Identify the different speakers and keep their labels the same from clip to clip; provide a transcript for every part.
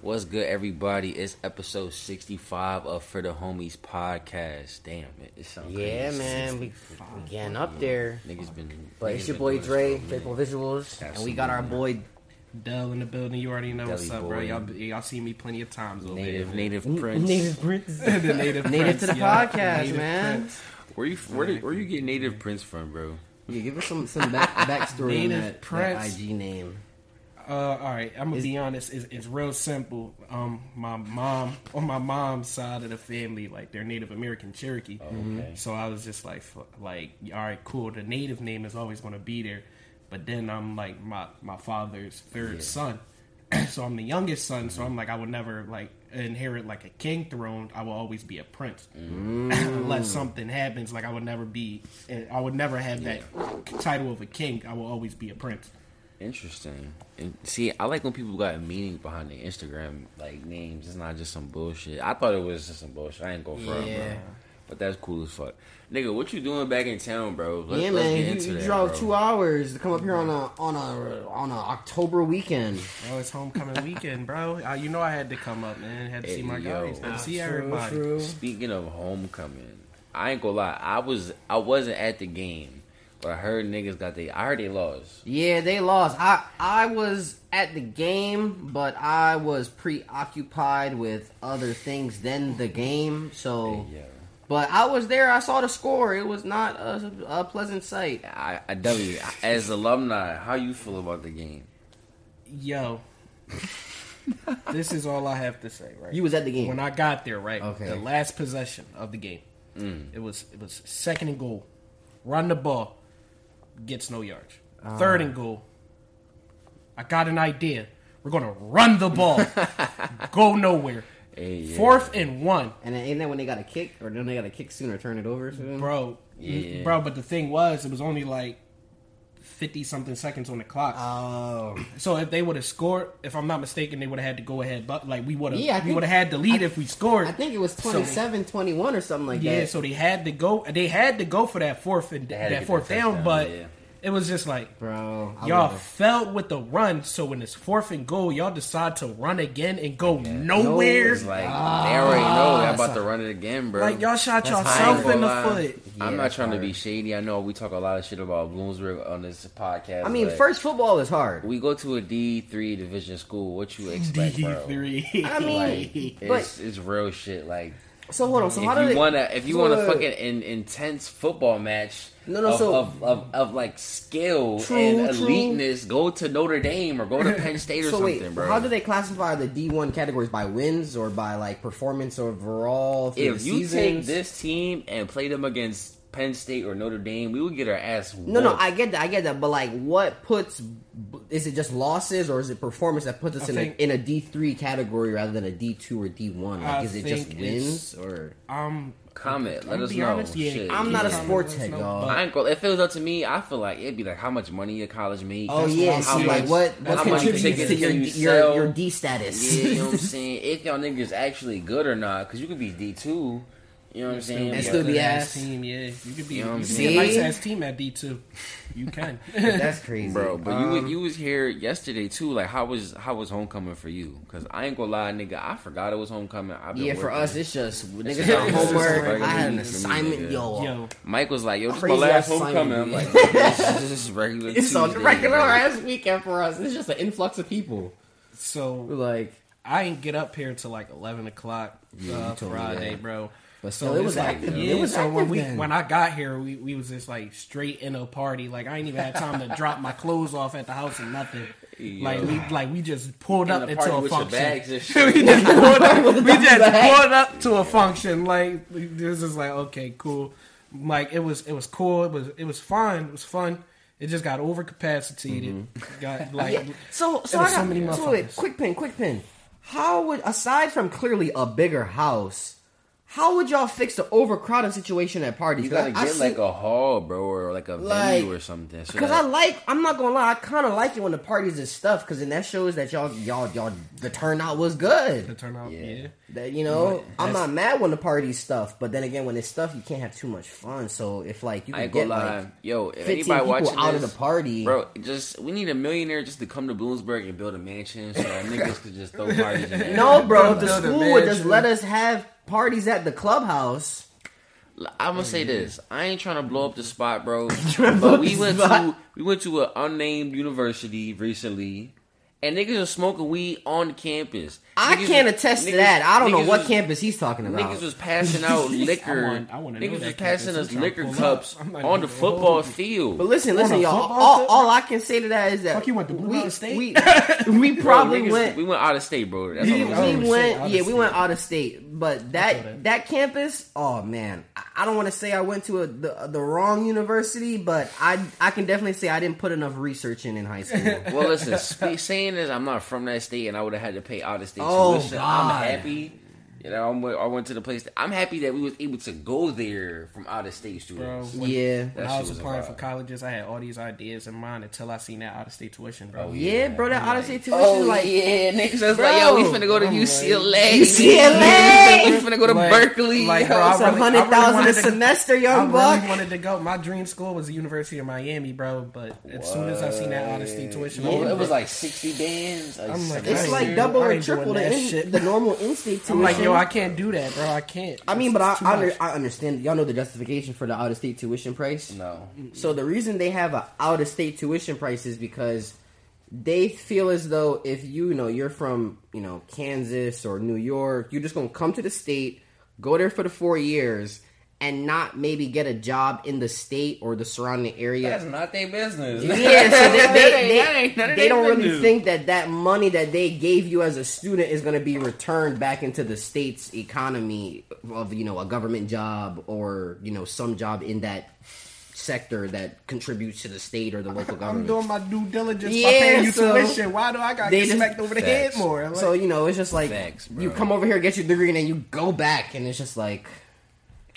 Speaker 1: What's good, everybody? It's episode 65 of For the Homies podcast. Damn, it, it sounds
Speaker 2: Yeah,
Speaker 1: crazy.
Speaker 2: man, we we getting up there.
Speaker 1: Niggas been.
Speaker 2: But
Speaker 1: niggas
Speaker 2: it's your
Speaker 1: been
Speaker 2: boy
Speaker 1: doing this
Speaker 2: Dre,
Speaker 1: for a
Speaker 2: Faithful
Speaker 1: minute.
Speaker 2: Visuals, and we got our boy.
Speaker 3: Dell in the building. You already know what's
Speaker 1: Deli
Speaker 3: up, bro.
Speaker 1: boy.
Speaker 3: Y'all, y'all seen me plenty of times over
Speaker 1: Native,
Speaker 3: there.
Speaker 1: native
Speaker 2: N-
Speaker 1: Prince.
Speaker 2: Native Prince.
Speaker 3: the native,
Speaker 2: Native
Speaker 3: Prince,
Speaker 2: to the
Speaker 3: yeah.
Speaker 2: podcast,
Speaker 3: Native
Speaker 2: man.
Speaker 3: Prince.
Speaker 1: Where you where, do, where you get Native Prince from, bro?
Speaker 4: Yeah, give us some some back, backstory on
Speaker 3: Native
Speaker 4: that, that
Speaker 3: Prince.
Speaker 4: IG name.
Speaker 3: Uh, all right, I'm gonna
Speaker 4: Is-
Speaker 3: be honest. It's, it's real simple. Um, my mom on my mom's side of the family, like they're Native American Cherokee. So I was just like, f- like, all right, cool. The Native name is always gonna be there, but then I'm like my my father's third son, so I'm the youngest son. So I'm like, I would never like inherit like a king throne. I will always be a prince, unless something happens. Like I would never be, I would never have that title of a king. I will always be a prince.
Speaker 1: Interesting. And see, I like when people got meaning behind their Instagram like names. It's not just some bullshit. I thought it was just some bullshit. I ain't going for it, bro.
Speaker 2: Yeah.
Speaker 1: But that's cool as fuck, nigga. What you doing back in town, bro? Let-
Speaker 4: yeah,
Speaker 1: let's get
Speaker 4: man,
Speaker 1: into
Speaker 4: you, you
Speaker 1: that,
Speaker 4: drove
Speaker 1: bro.
Speaker 4: two hours to come up here on a on a on a October weekend.
Speaker 3: Bro, it's homecoming weekend, bro. Uh, you know I had to come up, man. Had to
Speaker 1: Hey,
Speaker 3: see my
Speaker 1: yo.
Speaker 3: guys, had
Speaker 1: Ah,
Speaker 3: to see everybody.
Speaker 1: Speaking of homecoming, I ain't gonna lie. I was I wasn't at the game, but I heard niggas got they. I heard they lost.
Speaker 4: Yeah, they lost. I I was at the game, but I was preoccupied with other things than the game. So,
Speaker 1: Yeah,
Speaker 4: but I was there. I saw the score. It was not a, a pleasant sight.
Speaker 1: I, I W as alumni, how you feel about the game?
Speaker 3: Yo, this is all I have to say, right?
Speaker 4: You was at the game.
Speaker 3: when I got there, right?
Speaker 4: Okay.
Speaker 3: The last possession of the game,
Speaker 1: Mm.
Speaker 3: it was it was second and goal, run the ball, gets no yards.
Speaker 1: Ah.
Speaker 3: Third and goal. I got an idea. We're gonna run the ball, go nowhere.
Speaker 1: Hey, yeah.
Speaker 3: Fourth and one.
Speaker 4: and then, ain't that when they got a kick, or don't they got a kick soon, or turn it over soon?
Speaker 3: bro,
Speaker 1: Yeah.
Speaker 3: bro. But the thing was, it was only like fifty something seconds on the clock.
Speaker 4: Oh,
Speaker 3: so if they would have scored, if I'm not mistaken, they would have had to go ahead. But like we would have,
Speaker 4: Yeah, I
Speaker 3: we
Speaker 4: think-
Speaker 3: would have had the lead
Speaker 4: I-
Speaker 3: if we scored.
Speaker 4: I think it was 27-21 or something like
Speaker 3: yeah.
Speaker 4: that.
Speaker 3: So they had to go. They had to go for that fourth and
Speaker 1: had to
Speaker 3: that
Speaker 1: get
Speaker 3: fourth
Speaker 1: that
Speaker 3: down.
Speaker 1: touchdown,
Speaker 3: But
Speaker 1: yeah.
Speaker 3: it was just like.
Speaker 4: bro, I
Speaker 3: Y'all
Speaker 4: love it.
Speaker 3: felt with the run, so when it's fourth and goal, y'all decide to run again and go
Speaker 4: No,
Speaker 3: nowhere. Ah.
Speaker 1: It's like they already know they're about to run it again, bro.
Speaker 3: Like y'all shot
Speaker 2: That's
Speaker 3: yourself
Speaker 2: high
Speaker 3: in the
Speaker 1: Well, I-
Speaker 3: foot.
Speaker 1: I'm
Speaker 4: Yeah,
Speaker 1: not
Speaker 4: that's
Speaker 1: trying to
Speaker 4: hard.
Speaker 1: be shady. I know we talk a lot of shit about Bloomsburg on this podcast.
Speaker 4: I mean,
Speaker 1: but
Speaker 4: first football is hard.
Speaker 1: we go to a D3 division school. What you expect,
Speaker 3: D
Speaker 1: bro?
Speaker 3: three.
Speaker 4: I mean,
Speaker 1: Like, it's,
Speaker 4: but
Speaker 1: it's real shit. Like,
Speaker 4: so hold on. So how
Speaker 1: if
Speaker 4: do
Speaker 1: you
Speaker 4: they?
Speaker 1: wanna, if you
Speaker 4: so
Speaker 1: want a
Speaker 4: wait,
Speaker 1: fucking
Speaker 4: wait,
Speaker 1: in, intense football match,
Speaker 4: No, no,
Speaker 1: of,
Speaker 4: so-
Speaker 1: of, of of like skill
Speaker 4: True,
Speaker 1: and
Speaker 4: true.
Speaker 1: eliteness, go to Notre Dame or go to Penn State or
Speaker 4: so
Speaker 1: something,
Speaker 4: wait,
Speaker 1: bro.
Speaker 4: how do they classify the D one categories by wins or by like performance overall? through
Speaker 1: if
Speaker 4: the
Speaker 1: you take
Speaker 4: seasons?
Speaker 1: this team and play them against Penn State or Notre Dame, we would get our ass.
Speaker 4: no, no,
Speaker 1: whooped.
Speaker 4: I get that, I get that, but like, what puts? Is it just losses or is it performance that puts us
Speaker 3: I
Speaker 4: in
Speaker 3: think-
Speaker 4: a in a D three category rather than a D two or D one? Like,
Speaker 3: I
Speaker 4: is it just
Speaker 3: think
Speaker 4: wins
Speaker 3: it's-
Speaker 4: or?
Speaker 3: Um,
Speaker 1: comment. Let
Speaker 3: I'ma
Speaker 1: us
Speaker 3: be
Speaker 1: know.
Speaker 3: honest, yeah.
Speaker 1: Shit.
Speaker 4: I'm not a
Speaker 1: Yeah.
Speaker 4: sports head,
Speaker 3: No,
Speaker 4: dog.
Speaker 1: I ain't gonna, if it was up to me, I feel like it'd be like how much money your college made.
Speaker 4: Oh
Speaker 1: That's
Speaker 4: yeah,
Speaker 1: what- how
Speaker 4: see, like
Speaker 1: much-
Speaker 4: what
Speaker 1: how
Speaker 4: what
Speaker 1: much
Speaker 4: contributes
Speaker 1: tickets
Speaker 4: to your
Speaker 1: you
Speaker 4: your,
Speaker 1: sell.
Speaker 4: your D status?
Speaker 1: Yeah, you know what I'm saying? If y'all niggas actually good or not, because you could be D2, you know what I'm saying?
Speaker 4: And
Speaker 1: But-
Speaker 4: still be ass.
Speaker 3: ass team, yeah. You could be,
Speaker 1: You know what
Speaker 3: you
Speaker 1: I'm
Speaker 3: could be
Speaker 4: saying?
Speaker 3: a nice ass team at D two. You can.
Speaker 4: That's crazy,
Speaker 1: Bro, but you
Speaker 4: Um,
Speaker 1: you was here yesterday too. Like, how was how was homecoming for you? Because I ain't gonna lie, nigga, I forgot it was homecoming. I've been
Speaker 4: Yeah, for
Speaker 1: working.
Speaker 4: us, it's just niggas
Speaker 1: just
Speaker 4: got
Speaker 1: homework.
Speaker 4: homework.
Speaker 1: Regular
Speaker 4: I had an
Speaker 1: meetings for me,
Speaker 4: assignment,
Speaker 1: nigga.
Speaker 4: yo.
Speaker 3: Yo,
Speaker 1: Mike was like, "Yo, this is my
Speaker 4: Crazy
Speaker 1: last
Speaker 4: ass signing,
Speaker 1: homecoming." I'm
Speaker 4: dude.
Speaker 1: like, "This is just regular
Speaker 4: It's a
Speaker 1: Tuesday,
Speaker 4: regular
Speaker 1: bro."
Speaker 4: ass weekend for us. It's just an influx of people.
Speaker 3: so
Speaker 4: Like,
Speaker 3: I ain't get up here till like eleven o'clock uh,
Speaker 4: told me
Speaker 3: Friday,
Speaker 4: that.
Speaker 3: bro.
Speaker 4: But
Speaker 3: so
Speaker 4: still, it
Speaker 3: it's
Speaker 4: was
Speaker 3: like,
Speaker 4: active.
Speaker 3: yeah.
Speaker 4: It was
Speaker 3: so when
Speaker 4: active
Speaker 3: we
Speaker 4: then.
Speaker 3: when I got here, we, we was just like straight in a party. Like I ain't even had time to drop my clothes off at the house or nothing. Like we like we just pulled
Speaker 1: In
Speaker 3: up
Speaker 1: the
Speaker 3: into
Speaker 1: party
Speaker 3: a
Speaker 1: with your
Speaker 3: function.
Speaker 1: bags and
Speaker 3: we
Speaker 1: shit.
Speaker 3: just pulled up, we just
Speaker 4: bags.
Speaker 3: pulled up to a function. Like this is like okay, cool. Like it was it was cool. It was it was fun. It was fun. It just got overcapacitated.
Speaker 1: Mm-hmm.
Speaker 3: Got like
Speaker 4: so so
Speaker 3: It
Speaker 4: I
Speaker 3: was
Speaker 4: got
Speaker 3: so many
Speaker 4: so wait,
Speaker 3: motherfuckers.
Speaker 4: quick pin, quick pin. How would aside from clearly a bigger house, How would y'all fix the overcrowded situation at parties?
Speaker 1: You
Speaker 4: 'Cause
Speaker 1: gotta
Speaker 4: I- I
Speaker 1: get like
Speaker 4: see-
Speaker 1: a hall, bro, or like a
Speaker 4: Like,
Speaker 1: venue or something. So
Speaker 4: Cause I
Speaker 1: that-
Speaker 4: like, I'm not gonna lie, I kind of like it when the parties and stuff. Cause then that shows that y'all, y'all, y'all, the turnout was
Speaker 3: The
Speaker 4: good.
Speaker 3: turnout,
Speaker 1: Yeah.
Speaker 3: yeah.
Speaker 4: That you know,
Speaker 3: That's-
Speaker 4: I'm not mad when the party stuff, but then again, when it's stuff, you can't have too much fun. So if like you
Speaker 1: I
Speaker 4: can
Speaker 1: ain't gonna
Speaker 4: get
Speaker 1: lie,
Speaker 4: like
Speaker 1: yo. If
Speaker 4: 15
Speaker 1: anybody
Speaker 4: people
Speaker 1: watching
Speaker 4: out
Speaker 1: this,
Speaker 4: of the party,
Speaker 1: bro, just we need a millionaire just to come to Bloomsburg and build a mansion so our niggas could just throw parties. In there.
Speaker 4: No, bro, if the
Speaker 5: Build a
Speaker 4: school would just
Speaker 5: mansion.
Speaker 4: let us have parties at the clubhouse.
Speaker 1: I'm gonna say this. I ain't trying to blow up the spot, bro.
Speaker 4: to blow
Speaker 1: but
Speaker 4: up
Speaker 1: we
Speaker 4: the
Speaker 1: went to
Speaker 4: spot?
Speaker 1: we went to an unnamed university recently, and niggas are smoking weed on campus.
Speaker 4: I
Speaker 1: Niggas
Speaker 4: can't
Speaker 1: was-
Speaker 4: attest to
Speaker 1: niggas-
Speaker 4: that. I don't know
Speaker 1: niggas
Speaker 4: what
Speaker 1: was-
Speaker 4: campus he's talking about.
Speaker 1: Niggas was passing out liquor.
Speaker 3: I want- I wanna know
Speaker 1: niggas
Speaker 3: that
Speaker 1: was passing
Speaker 3: campus. I'm
Speaker 1: us
Speaker 3: tryna
Speaker 1: liquor
Speaker 3: pull up.
Speaker 1: cups
Speaker 3: I'm not
Speaker 1: on the
Speaker 3: even-
Speaker 1: football
Speaker 3: Oh.
Speaker 1: field.
Speaker 4: But listen, listen,
Speaker 3: a
Speaker 4: y'all.
Speaker 3: football
Speaker 4: All,
Speaker 3: field?
Speaker 4: all I can say to that is that
Speaker 3: Fuck, you went to Blue Mountain State?
Speaker 4: We, we
Speaker 1: Bro,
Speaker 4: probably
Speaker 1: niggas-
Speaker 4: went.
Speaker 1: We went out of state, bro. That's all
Speaker 4: We,
Speaker 1: I'm
Speaker 3: Oh,
Speaker 1: saying.
Speaker 4: we
Speaker 3: shit,
Speaker 4: went,
Speaker 3: out of
Speaker 4: yeah, we
Speaker 3: state.
Speaker 4: went out of state, but
Speaker 3: feel
Speaker 4: that
Speaker 3: that.
Speaker 4: that campus, oh man, I- I don't want to say I went to a, the the wrong university, but I I can definitely say I didn't put enough research in in high school.
Speaker 1: Well, listen, spe- saying this, I'm not from that state, and I would have had to pay out of state
Speaker 4: Oh,
Speaker 1: tuition.
Speaker 4: God.
Speaker 1: I'm happy. You know, I'm, I went to the place. That, I'm happy that we was able to go there from out of state
Speaker 3: bro.
Speaker 1: students.
Speaker 3: When,
Speaker 4: yeah,
Speaker 1: That
Speaker 3: when
Speaker 1: shit
Speaker 3: I was
Speaker 1: was a
Speaker 3: applying
Speaker 1: vibe.
Speaker 3: for colleges, I had all these ideas in mind until I seen that out of state tuition, bro.
Speaker 1: Oh,
Speaker 4: yeah, bro, that out of state tuition,
Speaker 3: Oh,
Speaker 4: like
Speaker 1: yeah, niggas was go
Speaker 4: Bro.
Speaker 1: to
Speaker 3: I'm like-
Speaker 4: UCLA.
Speaker 1: we finna go
Speaker 3: Like- like, bro,
Speaker 4: It's
Speaker 3: I
Speaker 4: a
Speaker 3: really- I
Speaker 4: hundred
Speaker 3: really
Speaker 4: thousand a
Speaker 3: wanted to-
Speaker 4: semester,
Speaker 3: I
Speaker 4: young
Speaker 3: really
Speaker 4: buck.
Speaker 3: wanted to go. My dream school was the University of Miami, bro. But as soon as I seen that out of state tuition,
Speaker 1: Well,
Speaker 3: I'm
Speaker 1: it was like sixty bands. Like
Speaker 3: I'm like,
Speaker 1: seven-
Speaker 3: I
Speaker 4: It's like
Speaker 3: ain't
Speaker 4: double
Speaker 3: doing- I
Speaker 4: and
Speaker 3: ain't doing
Speaker 4: triple the,
Speaker 3: that
Speaker 4: in-
Speaker 3: shit.
Speaker 4: the normal in-state tuition.
Speaker 3: I'm like, yo, I can't do that, bro. I can't.
Speaker 4: I mean, but I,
Speaker 3: It's too
Speaker 4: I,
Speaker 3: much.
Speaker 4: under, I understand. Y'all know the justification for the out-of-state tuition price.
Speaker 1: no,
Speaker 4: So the reason they have a out-of-state tuition price is because they feel as though if you, you know you're from you know Kansas or New York, you're just gonna come to the state, go there for the four years, and not maybe get a job in the state or the surrounding area.
Speaker 1: that's not their business.
Speaker 4: Yeah, so they,
Speaker 1: That
Speaker 4: they,
Speaker 1: ain't-
Speaker 4: they,
Speaker 1: that ain't none of
Speaker 4: they don't
Speaker 1: their
Speaker 4: really
Speaker 1: business.
Speaker 4: think that that money that they gave you as a student is going to be returned back into the state's economy of you know a government job or you know some job in that sector that contributes to the state or the local
Speaker 3: I'm
Speaker 4: government.
Speaker 3: doing my due diligence
Speaker 4: Yeah,
Speaker 3: by paying you
Speaker 4: so
Speaker 3: tuition. Why do I got
Speaker 4: they
Speaker 3: get
Speaker 4: just-
Speaker 3: smacked over the
Speaker 1: Facts.
Speaker 3: head more? Like,
Speaker 4: so you know it's just like
Speaker 1: Facts, bro.
Speaker 4: you come over here get your degree and then you go back and it's just like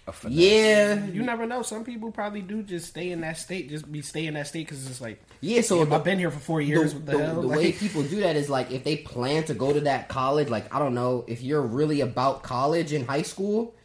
Speaker 1: A finesse.
Speaker 4: yeah
Speaker 3: you never know. Some people probably do just stay in that state, just be stay in that state because it's just like
Speaker 4: yeah so
Speaker 3: I've been here for four years.
Speaker 4: the,
Speaker 3: what the,
Speaker 4: the-
Speaker 3: hell?
Speaker 4: the
Speaker 3: Like,
Speaker 4: way people do that is like if they plan to go to that college like i don't know if you're really about college in high school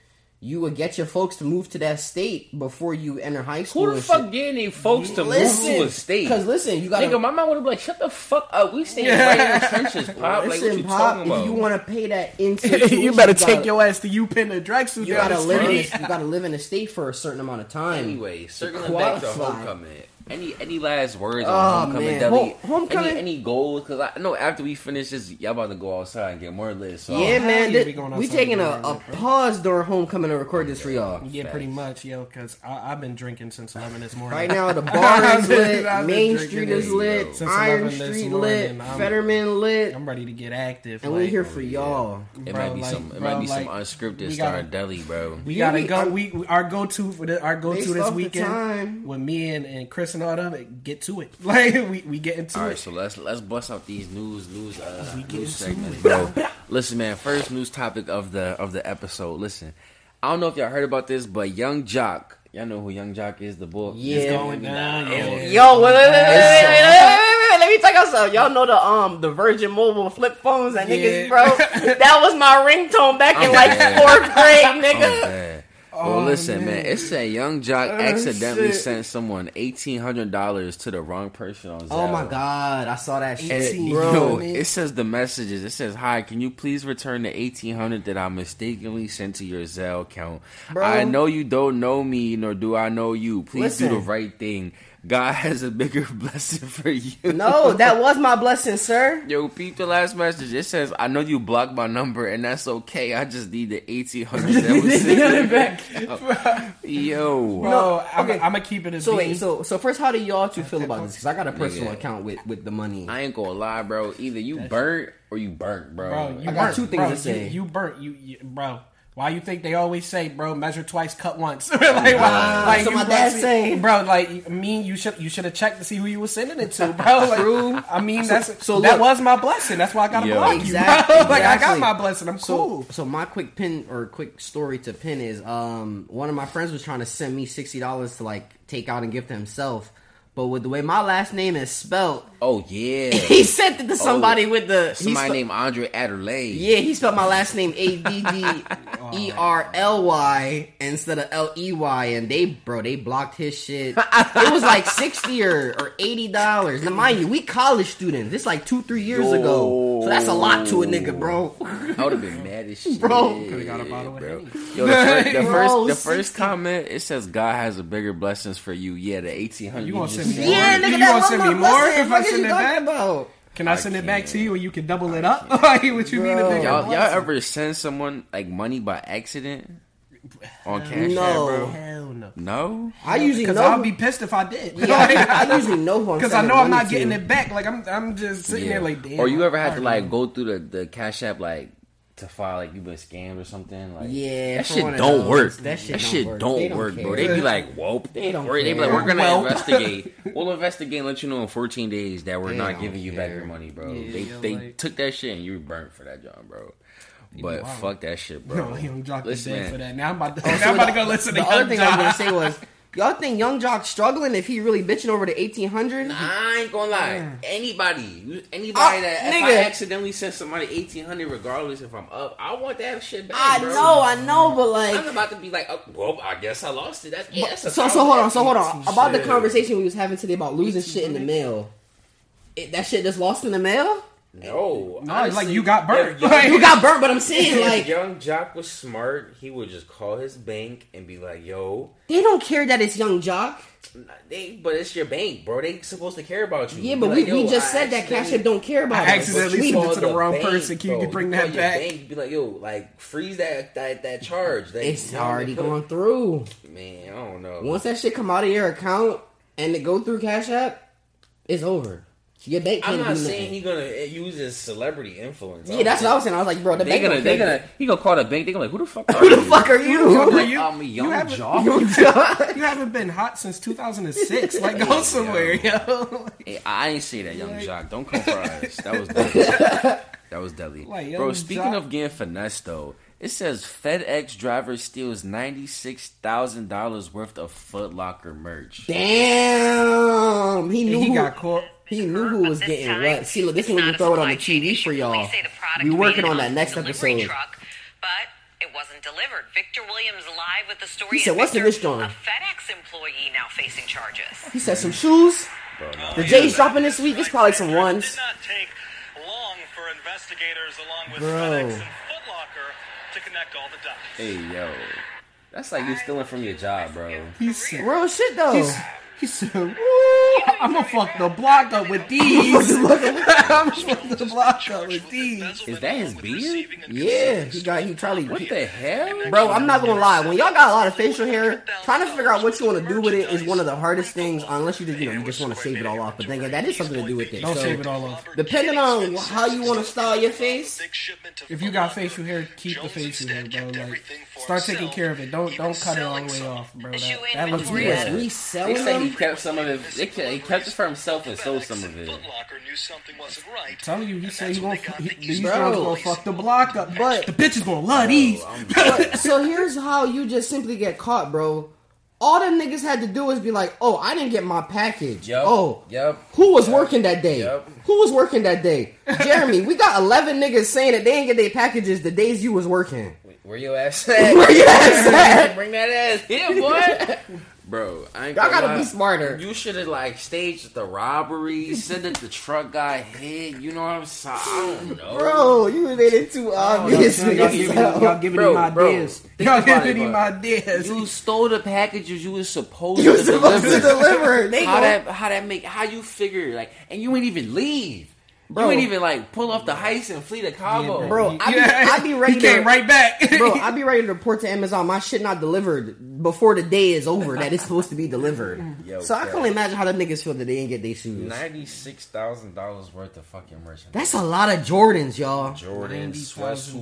Speaker 4: you would get your folks to move to that state before you enter high school
Speaker 1: Who the
Speaker 4: and
Speaker 1: fuck
Speaker 4: shit.
Speaker 1: getting any folks to
Speaker 4: listen
Speaker 1: move to a state?
Speaker 4: because listen you gotta
Speaker 1: Nigga, my mom would have been like, "Shut the fuck up. We staying right in the trenches, pop. like, what
Speaker 4: listen
Speaker 1: you
Speaker 4: pop
Speaker 1: talking about?
Speaker 4: if you want to pay that into
Speaker 3: you better take your ass to U Penn and Drexel.
Speaker 4: you
Speaker 3: down
Speaker 4: gotta
Speaker 3: the
Speaker 4: live in
Speaker 3: street.
Speaker 4: this, you gotta live in a state for a certain amount of time
Speaker 1: Anyway, circling back
Speaker 4: qualify.
Speaker 1: to homecoming. Any any last words
Speaker 4: Oh,
Speaker 1: on homecoming?
Speaker 4: man.
Speaker 1: Dudley?
Speaker 4: Home- homecoming-
Speaker 1: Any, any goals? Because I know after we finish this, y'all about to go outside and get more lit. So
Speaker 4: yeah
Speaker 3: hell
Speaker 4: man
Speaker 3: yeah,
Speaker 4: thi-
Speaker 3: we going
Speaker 4: we
Speaker 3: outside
Speaker 4: taking a,
Speaker 3: tomorrow,
Speaker 4: a
Speaker 3: bro.
Speaker 4: pause during homecoming to record this for y'all
Speaker 3: Yeah,
Speaker 1: Facts.
Speaker 3: pretty much, yo. Because I've been drinking since eleven this morning.
Speaker 4: Right now, the bar is lit,
Speaker 3: I've been
Speaker 4: Main
Speaker 3: drinking
Speaker 4: Street
Speaker 3: this
Speaker 4: is lit,
Speaker 3: since
Speaker 4: Iron
Speaker 3: 11 this
Speaker 4: Street
Speaker 3: morning.
Speaker 4: lit,
Speaker 3: I'm-
Speaker 4: Fetterman lit,
Speaker 3: I'm ready to get active.
Speaker 4: and
Speaker 3: like,
Speaker 4: we here for y'all.
Speaker 1: it
Speaker 3: bro,
Speaker 1: might be
Speaker 3: like,
Speaker 1: some. It
Speaker 3: bro,
Speaker 1: might be some
Speaker 3: like,
Speaker 1: unscripted
Speaker 3: we
Speaker 1: star
Speaker 3: gotta-
Speaker 1: deli, bro.
Speaker 3: We
Speaker 4: Yeah,
Speaker 3: gotta
Speaker 4: we-
Speaker 3: go.
Speaker 4: I'm-
Speaker 3: we we- our go to for the, our go
Speaker 4: Based
Speaker 3: to
Speaker 4: off
Speaker 3: this
Speaker 4: the time.
Speaker 3: weekend with me and, and Chris and all them. it- Get to it. Like we we get into
Speaker 1: All right,
Speaker 3: it.
Speaker 1: so let's let's bust out these news news uh,
Speaker 3: We get
Speaker 1: news
Speaker 3: into
Speaker 1: segments,
Speaker 3: it.
Speaker 1: bro. Listen, man. First news topic of the of the episode. Listen, I don't know if y'all heard about this, but Young Jock. Y'all know who Young Jock is, the boy.
Speaker 4: Yeah.
Speaker 3: Going down, yo.
Speaker 1: Oh,
Speaker 4: Yo, wait, wait, wait, wait, wait, wait, wait, wait, wait, let me tell y'all something. Y'all know the um the Virgin Mobile flip phones that
Speaker 3: Yeah.
Speaker 4: niggas bro. That was my ringtone back
Speaker 1: I'm
Speaker 4: in like
Speaker 1: dead.
Speaker 4: fourth grade,
Speaker 1: Oh,
Speaker 4: nigga.
Speaker 1: man. well, listen, man. It said young jock accidentally sent someone eighteen hundred dollars to the wrong person on Zelle.
Speaker 4: Oh my god, I saw that
Speaker 1: And
Speaker 4: shit,
Speaker 1: it, yo,
Speaker 4: bro.
Speaker 1: it says the messages. It says, "Hi, can you please return the eighteen hundred that I mistakenly sent to your Zelle account?
Speaker 4: Bro.
Speaker 1: I know you don't know me, nor do I know you. Please do the
Speaker 4: Listen.
Speaker 1: right thing. God has a bigger blessing for you."
Speaker 4: No, that was my blessing, sir.
Speaker 1: Yo, peep the last message. It says, "I know you blocked my number, and that's okay. I just need the eighteen hundred that was sent back." Yo,
Speaker 3: Bro, I'm,
Speaker 4: okay.
Speaker 3: I'm gonna keep it as
Speaker 4: So
Speaker 3: B.
Speaker 4: wait, so so first, how do y'all two feel about this? Because I got a personal account with with the money.
Speaker 1: I ain't gonna lie, bro. Either you burnt or you burnt, bro.
Speaker 3: bro, you
Speaker 4: I got
Speaker 3: burnt,
Speaker 4: two things
Speaker 3: bro,
Speaker 4: to say.
Speaker 3: You, you burnt, you, you bro. Why you think they always say, bro, measure twice, cut once? like, why, like
Speaker 4: That's what
Speaker 3: you
Speaker 4: my dad
Speaker 3: must-
Speaker 4: say.
Speaker 3: bro. Like, I mean, you should you should have checked to see who you were sending it to, bro. Like,
Speaker 4: True.
Speaker 3: I mean, that's
Speaker 4: so
Speaker 3: that
Speaker 4: look-
Speaker 3: was my blessing. That's why I got to
Speaker 1: Yo.
Speaker 3: block
Speaker 4: Exactly,
Speaker 3: you, bro. Like, I got
Speaker 4: exactly.
Speaker 3: my blessing. I'm
Speaker 4: So,
Speaker 3: cool.
Speaker 4: so my quick pin or quick story to pin is um one of my friends was trying to send me sixty dollars to like take out and give to himself, but with the way my last name is spelt,
Speaker 1: Oh yeah.
Speaker 4: he sent it to somebody with the he
Speaker 1: Oh. Somebody
Speaker 4: spe-
Speaker 1: named Andre Adderley.
Speaker 4: Yeah, he spelled my last name A D D
Speaker 1: Oh.
Speaker 4: E R L Y instead of L E Y, and they bro they blocked his shit. it was like sixty or, or eighty dollars. Now mind you, we college students. This like two three years ago, so that's a lot to a nigga, bro.
Speaker 1: I would have been mad as shit,
Speaker 4: Bro.
Speaker 3: Coulda got a bottle of Henny.
Speaker 1: Yo, the first, the
Speaker 4: Bro,
Speaker 1: first, the first
Speaker 4: 60.
Speaker 1: comment it says God has a bigger blessings for you. Yeah, the eighteen hundred.
Speaker 3: You gonna send me
Speaker 4: yeah,
Speaker 3: You
Speaker 4: nigga,
Speaker 3: gonna
Speaker 4: that was
Speaker 3: send
Speaker 4: my
Speaker 3: me more
Speaker 4: blessing.
Speaker 3: if I
Speaker 4: What are
Speaker 3: send
Speaker 4: you
Speaker 3: it
Speaker 4: talking
Speaker 3: back?
Speaker 4: about?
Speaker 3: Can I, send it back to you and you can double it up? like, what you mean? A
Speaker 4: Bro.
Speaker 3: bigger
Speaker 1: Y'all, y'all
Speaker 3: blessing?
Speaker 1: ever send someone like money by accident on Cash App,
Speaker 4: no.
Speaker 1: bro?
Speaker 3: Hell no.
Speaker 1: No.
Speaker 4: I usually
Speaker 3: Because
Speaker 4: know.
Speaker 3: I'll be pissed if I did.
Speaker 4: yeah, I, I usually know who I'm
Speaker 3: Because I
Speaker 4: sending
Speaker 3: know I'm
Speaker 4: money
Speaker 3: not
Speaker 4: to.
Speaker 3: getting it back. Like I'm, I'm just sitting
Speaker 1: Yeah.
Speaker 3: there like, damn.
Speaker 1: or you ever had
Speaker 3: I
Speaker 1: to
Speaker 3: already
Speaker 1: like go through the, the Cash App like to file like you've been scammed or something? Like
Speaker 4: Yeah,
Speaker 1: that
Speaker 4: for
Speaker 1: shit
Speaker 4: one of
Speaker 1: don't
Speaker 4: those.
Speaker 1: work.
Speaker 4: That shit don't work.
Speaker 1: don't
Speaker 4: They don't
Speaker 1: work, bro.
Speaker 4: care.
Speaker 1: They be like, "Whoop." They
Speaker 4: don't
Speaker 1: They be like,
Speaker 4: care.
Speaker 1: "We're gonna
Speaker 3: Whelp.
Speaker 1: investigate. We'll investigate and let you know in 14 days that we're
Speaker 4: They
Speaker 1: not
Speaker 4: don't
Speaker 1: giving you back
Speaker 4: care.
Speaker 1: your money, bro."
Speaker 3: Yeah,
Speaker 1: they
Speaker 3: yo,
Speaker 1: they
Speaker 3: like-
Speaker 1: took that shit and you were burnt for that, John, bro. But
Speaker 3: wild.
Speaker 1: fuck that shit, bro.
Speaker 3: No, Young Jock is
Speaker 1: Listen,
Speaker 3: dead
Speaker 1: man.
Speaker 3: for that. Now I'm about to,
Speaker 4: Oh, so
Speaker 3: now I'm about to
Speaker 4: the-
Speaker 3: go listen
Speaker 4: the
Speaker 3: to
Speaker 4: other
Speaker 3: Young
Speaker 4: thing
Speaker 3: Jock.
Speaker 4: I was gonna say was, y'all think Young Jock's struggling if he really bitching over the eighteen hundred?
Speaker 1: I ain't gonna lie. Anybody, anybody
Speaker 4: Ah,
Speaker 1: that if
Speaker 4: nigga.
Speaker 1: I accidentally sent somebody eighteen hundred, regardless if I'm up, I want that shit back.
Speaker 4: I
Speaker 1: bro.
Speaker 4: know, I know, but like,
Speaker 1: I'm about to be like, oh, well, I guess I lost it. That's, yeah, that's a
Speaker 4: so so
Speaker 1: thousand
Speaker 4: hold on, so hold on.
Speaker 1: bucks.
Speaker 4: About the
Speaker 1: Shit.
Speaker 4: conversation we was having today about losing shit in the mail, it, that shit just lost in the mail.
Speaker 1: No,
Speaker 3: No, it's
Speaker 1: honestly,
Speaker 3: like you got burnt.
Speaker 1: if young-
Speaker 4: You got burnt, but I'm saying
Speaker 1: if
Speaker 4: like
Speaker 1: young Jock was smart, he would just call his bank and be like, "Yo,
Speaker 4: they don't care that it's Young Jock.
Speaker 1: they, but it's your bank, bro. They supposed to care about you."
Speaker 4: Yeah,
Speaker 1: Be
Speaker 4: but we,
Speaker 1: like,
Speaker 4: we
Speaker 1: "Yo,
Speaker 4: just
Speaker 1: I
Speaker 4: said that Cash App
Speaker 1: accidentally-
Speaker 4: don't care about
Speaker 3: I
Speaker 4: it.
Speaker 3: accidentally
Speaker 4: We-
Speaker 1: You
Speaker 3: sent it
Speaker 1: call
Speaker 3: to the wrong
Speaker 1: bank,
Speaker 3: person. Can you
Speaker 1: bro.
Speaker 3: bring
Speaker 1: call
Speaker 3: that
Speaker 1: your
Speaker 3: back?
Speaker 1: Bank, be like, yo, like freeze that that, that charge. That
Speaker 4: It's already going through.
Speaker 1: Man, I don't know.
Speaker 4: Once that shit come out of your account and it go through Cash App, it's over. Your bank
Speaker 1: I'm
Speaker 4: can't
Speaker 1: not
Speaker 4: do
Speaker 1: saying
Speaker 4: nothing.
Speaker 1: he gonna use his celebrity influence.
Speaker 4: Yeah, that's what I was saying. I was like, bro, the
Speaker 1: They
Speaker 4: bank
Speaker 1: gonna,
Speaker 4: don't
Speaker 1: they
Speaker 4: care.
Speaker 1: gonna, he gonna call the bank. They gonna like, who the fuck?
Speaker 4: Who the fuck are you?
Speaker 3: Are you-
Speaker 1: I'm a
Speaker 3: you
Speaker 1: young
Speaker 3: haven't-
Speaker 1: jock.
Speaker 3: You haven't been hot since 2006. Like, go somewhere, yo.
Speaker 1: Hey, I ain't say that, young Jock. Don't come for us. That was deadly. that was deadly.
Speaker 3: Like,
Speaker 1: Bro,
Speaker 3: Young
Speaker 1: speaking
Speaker 3: Jock-
Speaker 1: of getting finessed though, it says FedEx driver steals ninety six thousand dollars worth of Foot Locker merch.
Speaker 4: Damn, he knew
Speaker 3: he
Speaker 4: who,
Speaker 3: got caught.
Speaker 4: he knew who was getting what. See, look, this one we can throw it on the TV for y'all. We working on that next episode.
Speaker 5: Truck, but it wasn't delivered. Victor Williams live with the story.
Speaker 4: He said,
Speaker 5: And
Speaker 4: "What's in
Speaker 5: Victor,
Speaker 4: this joint?"
Speaker 5: A FedEx employee now facing charges.
Speaker 4: He said some shoes.
Speaker 1: Bro, no.
Speaker 4: The J's dropping this week. It's probably some ones.
Speaker 6: Did not take long for investigators along with
Speaker 4: Bro.
Speaker 6: FedEx and Foot Locker to connect all the dots.
Speaker 1: Hey yo, that's like you stealing from your job, bro.
Speaker 3: He said,
Speaker 4: Real shit though.
Speaker 3: he said, "Woo, I'm gonna fuck the block up with these. I'm gonna fuck the block E up with these.
Speaker 1: Is that his beard?
Speaker 4: Yeah, he got he probably.
Speaker 1: What the hell,
Speaker 4: Bro, I'm not gonna lie. When y'all got a lot of facial hair, trying to figure out what you want to do with it is one of the hardest things. Unless you just you know you just want to shave it all off. But then again, that is something to do with it.
Speaker 3: Don't
Speaker 4: so-
Speaker 3: shave it all off.
Speaker 4: Depending on how you wanna style your face,
Speaker 3: If you got facial hair, keep the facial hair, bro. Like, start taking care of it. Don't don't cut it all the way off, bro. That, that looks
Speaker 4: He
Speaker 3: bad.
Speaker 1: They
Speaker 4: was reselling
Speaker 1: said he
Speaker 4: them.
Speaker 1: kept some of it. They kept, he kept it for himself and sold some of it.
Speaker 6: Foot Locker knew something wasn't right.
Speaker 3: telling you, he said he gonna, he, these
Speaker 4: Bro.
Speaker 3: girls gonna fuck the block up, but
Speaker 4: But-
Speaker 3: the bitches gonna love these.
Speaker 4: But- so here's how you just simply get caught, bro. All them niggas had to do was be like, "Oh, I didn't get my package.
Speaker 1: Yup,
Speaker 4: Oh,
Speaker 1: yup,
Speaker 4: Who was
Speaker 1: yup,
Speaker 4: working that day?
Speaker 1: yup.
Speaker 4: Who was working that day? Jeremy, we got eleven niggas saying that they didn't get their packages the days you was working.
Speaker 1: Where your ass at?
Speaker 4: Where your ass at?
Speaker 1: Bring that ass here, boy. Bro, I ain't
Speaker 4: Y'all
Speaker 1: gonna
Speaker 4: gotta
Speaker 1: lie.
Speaker 4: be smarter.
Speaker 1: You should have like staged the robbery, send it the truck guy head. You know what I'm saying? I don't know,
Speaker 4: Bro, you made it
Speaker 1: Oh,
Speaker 4: too obvious.
Speaker 3: Y'all giving, y'all giving
Speaker 1: Bro,
Speaker 3: him
Speaker 1: bro,
Speaker 3: ideas.
Speaker 1: think
Speaker 3: Y'all
Speaker 1: about
Speaker 3: giving
Speaker 1: it,
Speaker 3: him
Speaker 1: bro.
Speaker 3: ideas.
Speaker 1: You stole the packages you was supposed
Speaker 4: you
Speaker 1: to
Speaker 4: was supposed
Speaker 1: deliver.
Speaker 4: to deliver. They
Speaker 1: How
Speaker 4: go,
Speaker 1: that? How that make? How you figure? Like, and you ain't even leave.
Speaker 4: Bro.
Speaker 1: You ain't even like pull off the heist and flee to Cabo,
Speaker 4: Bro, I be, I be ready
Speaker 3: He came
Speaker 4: to,
Speaker 3: right back.
Speaker 4: Bro, I be ready to report to Amazon my shit not delivered before the day is over that it's supposed to be delivered.
Speaker 1: Yo,
Speaker 4: so I
Speaker 1: bro.
Speaker 4: can only imagine how the niggas feel that they ain't get their shoes.
Speaker 1: Ninety six thousand dollars worth of fucking merchandise.
Speaker 4: That's a lot of Jordans, y'all.
Speaker 1: Jordan
Speaker 3: $90,000.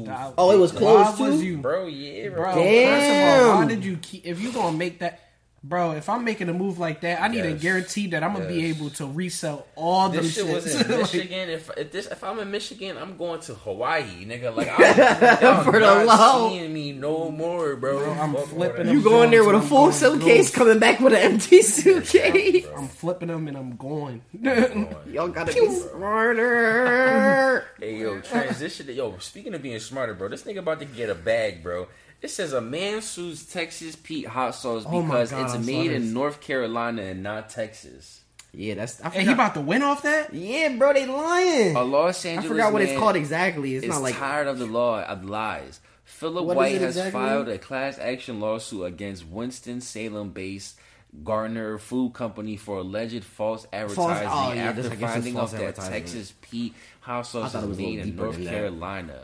Speaker 1: sweatsuit.
Speaker 4: Oh, it was
Speaker 3: Why
Speaker 4: closed
Speaker 3: was
Speaker 4: too?
Speaker 3: you,
Speaker 1: Bro, yeah, bro.
Speaker 3: Bro, first of all, why
Speaker 4: Damn.
Speaker 3: did you keep? If you gonna make that, bro, if I'm making a move like that, I need a
Speaker 1: Yes.
Speaker 3: guarantee that I'm gonna be
Speaker 1: Yes.
Speaker 3: able to resell all
Speaker 1: This
Speaker 3: them
Speaker 1: shit was
Speaker 3: shits.
Speaker 1: in
Speaker 3: Like,
Speaker 1: Michigan. If, if this, if I'm in Michigan, I'm going to Hawaii, nigga. Like, I'm y'all
Speaker 4: For the
Speaker 1: not
Speaker 4: low.
Speaker 1: seeing me no more, bro.
Speaker 3: I'm
Speaker 1: Fuck all
Speaker 3: flipping
Speaker 1: that.
Speaker 3: them
Speaker 4: You going there with a
Speaker 3: Jones,
Speaker 4: full
Speaker 3: I'm going
Speaker 4: suitcase, coming back with an empty suitcase.
Speaker 3: I'm flipping them and I'm going.
Speaker 4: Y'all gotta be smarter.
Speaker 1: Hey yo, transition. Yo, speaking of being smarter, bro, this nigga about to get a bag, bro. It says a man sues Texas Pete hot sauce
Speaker 3: Oh my
Speaker 1: because
Speaker 3: God, I
Speaker 1: it's
Speaker 3: saw
Speaker 1: made in
Speaker 3: this.
Speaker 1: North Carolina and not Texas.
Speaker 4: yeah, that's. I
Speaker 3: and he
Speaker 4: forgot.
Speaker 3: about to win off that.
Speaker 4: yeah, bro, they lying.
Speaker 1: A Los
Speaker 4: I
Speaker 1: Angeles
Speaker 4: forgot what it's
Speaker 1: man
Speaker 4: called exactly. It's
Speaker 1: is
Speaker 4: not like
Speaker 1: tired of the law of lies. Philip
Speaker 4: What is
Speaker 1: White
Speaker 4: it
Speaker 1: has
Speaker 4: exactly?
Speaker 1: filed a class action lawsuit against Winston Salem based Garner Food Company for alleged false advertising
Speaker 4: oh, yeah,
Speaker 1: after
Speaker 4: this- I guess it's
Speaker 1: finding out
Speaker 4: false
Speaker 1: that
Speaker 4: advertisement.
Speaker 1: Texas Pete hot
Speaker 4: I
Speaker 1: sauce
Speaker 4: thought it
Speaker 1: is
Speaker 4: was a little
Speaker 1: made in
Speaker 4: deeper
Speaker 1: North
Speaker 4: than that.
Speaker 1: Carolina.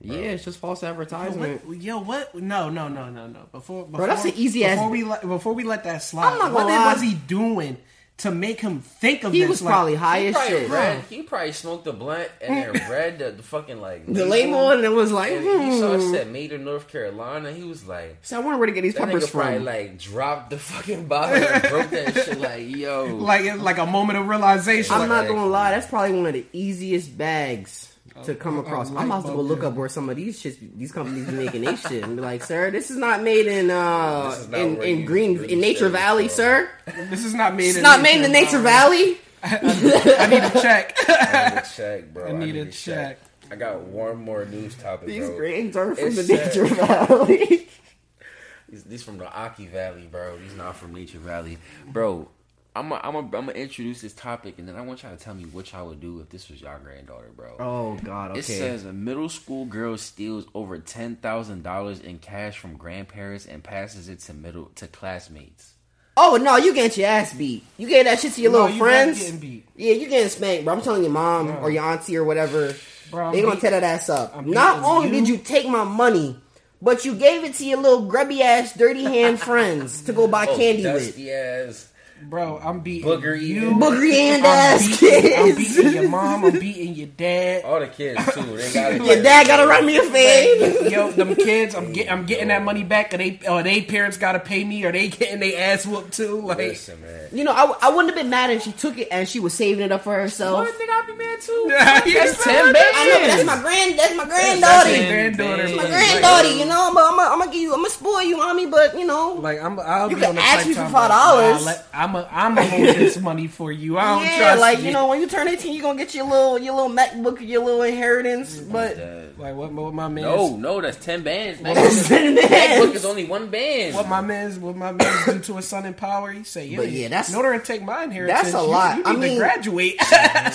Speaker 4: yeah, it's just false advertisement.
Speaker 3: What, yo, what? No, no, no, no, no. Before, before
Speaker 4: that's an easy ass-
Speaker 3: before we let before we let that slide.
Speaker 4: I'm not
Speaker 3: what
Speaker 4: gonna
Speaker 3: was
Speaker 4: lie.
Speaker 3: he doing to make him think of
Speaker 4: He
Speaker 3: this?
Speaker 4: was
Speaker 3: Like,
Speaker 4: probably high
Speaker 1: He
Speaker 4: as
Speaker 1: probably,
Speaker 4: shit.
Speaker 1: read, he probably smoked a blunt and then read the, the fucking like
Speaker 4: The label and it was like,
Speaker 1: And
Speaker 4: hmm.
Speaker 1: he saw it said made in North Carolina. He was like,
Speaker 4: So I wonder where to get these
Speaker 1: that
Speaker 4: peppers
Speaker 1: nigga probably
Speaker 4: from.
Speaker 1: like dropped the fucking bottle and broke that shit. Like yo,
Speaker 3: like it's like a moment of realization.
Speaker 4: I'm
Speaker 1: like
Speaker 4: not
Speaker 1: that.
Speaker 4: gonna lie, that's probably one of the easiest bags to come across. I'm about to go
Speaker 3: light
Speaker 4: look
Speaker 3: bulb.
Speaker 4: up where some of these shits, these companies be making they shit, and be like, "Sir, this is not made in
Speaker 1: This
Speaker 4: uh
Speaker 1: is not
Speaker 4: in,
Speaker 1: where
Speaker 4: in
Speaker 1: you
Speaker 4: Green
Speaker 1: really
Speaker 4: in
Speaker 1: sell
Speaker 4: Nature Valley,
Speaker 1: it from."
Speaker 4: sir.
Speaker 3: this is not made.
Speaker 4: It's not made in the Nature Valley."
Speaker 3: I need to check.
Speaker 1: I need a check, bro.
Speaker 3: I need a check.
Speaker 1: I got one more news topic,
Speaker 4: These
Speaker 1: bro.
Speaker 4: grains are from
Speaker 1: It's
Speaker 4: the
Speaker 1: sad.
Speaker 4: Nature Valley.
Speaker 1: These, these from the Aki Valley, bro. These not from Nature Valley, bro. I'm i I'm i am gonna introduce this topic, and then I want y'all to tell me what y'all would do if this was y'all granddaughter, bro.
Speaker 4: oh God, okay.
Speaker 1: It says a middle school girl steals over ten thousand dollars in cash from grandparents and passes it to middle to classmates.
Speaker 4: oh no, you get your ass beat. You gave that shit to your
Speaker 3: No,
Speaker 4: little
Speaker 3: you not
Speaker 4: friends.
Speaker 3: getting beat.
Speaker 4: Yeah, you getting spanked, bro. I'm telling your mom or your auntie or whatever.
Speaker 3: Bro, I'm
Speaker 4: they gonna
Speaker 3: beat-
Speaker 4: tear that ass up.
Speaker 3: I'm
Speaker 4: Not
Speaker 3: beating
Speaker 4: only
Speaker 3: you.
Speaker 4: did you take my money, but you gave it to your little grubby ass, dirty hand friends to go
Speaker 1: Oh,
Speaker 4: buy candy with.
Speaker 1: dusty ass.
Speaker 3: Bro, I'm beating
Speaker 1: Booger
Speaker 3: you.
Speaker 1: eating.
Speaker 4: Boogery
Speaker 3: I'm
Speaker 4: hand ass
Speaker 3: beating, I'm
Speaker 4: kids.
Speaker 3: beating your mom. I'm beating your dad.
Speaker 1: All the kids too. They got
Speaker 4: Your dad gotta run me a fade.
Speaker 3: Yo, them kids, I'm get, I'm getting that money back. Or they, or they parents gotta pay me. Or they getting their ass whooped too. Like,
Speaker 1: Listen, man.
Speaker 4: You know, I, I wouldn't have been mad if she took it and she was saving it up for
Speaker 3: Oh,
Speaker 4: herself.
Speaker 1: think I'd be mad too.
Speaker 3: that's
Speaker 1: Ten bands.
Speaker 4: I know, but that's my grand, that's my
Speaker 3: That's your
Speaker 4: granddaughter.
Speaker 3: granddaughter.
Speaker 1: That's
Speaker 4: My
Speaker 1: my
Speaker 4: granddaughter, you know. But I'm, gonna- I'm gonna give you, I'm gonna spoil you, mommy. But you know,
Speaker 3: Like I'm, I'll
Speaker 4: You
Speaker 3: be
Speaker 4: can
Speaker 3: on the
Speaker 4: ask
Speaker 3: fight
Speaker 4: me for
Speaker 3: time,
Speaker 4: $5.
Speaker 3: like, nah, I'm a, I'm a hold this money for you. I don't
Speaker 4: yeah,
Speaker 3: trust
Speaker 4: like
Speaker 3: you.
Speaker 4: you know, when you turn 18, you gonna get your little your little MacBook, your little inheritance. But
Speaker 3: Like what, what my man?
Speaker 1: No, no, that's ten bands. Man. Book
Speaker 4: but
Speaker 1: is only one band.
Speaker 3: What my man's what my man's do to a son in power? He say, yeah,
Speaker 4: But yeah, that's-
Speaker 3: in order to take my inheritance.
Speaker 4: that's a
Speaker 3: you-
Speaker 4: lot.
Speaker 3: You,
Speaker 4: I
Speaker 3: need
Speaker 4: mean-
Speaker 3: to graduate.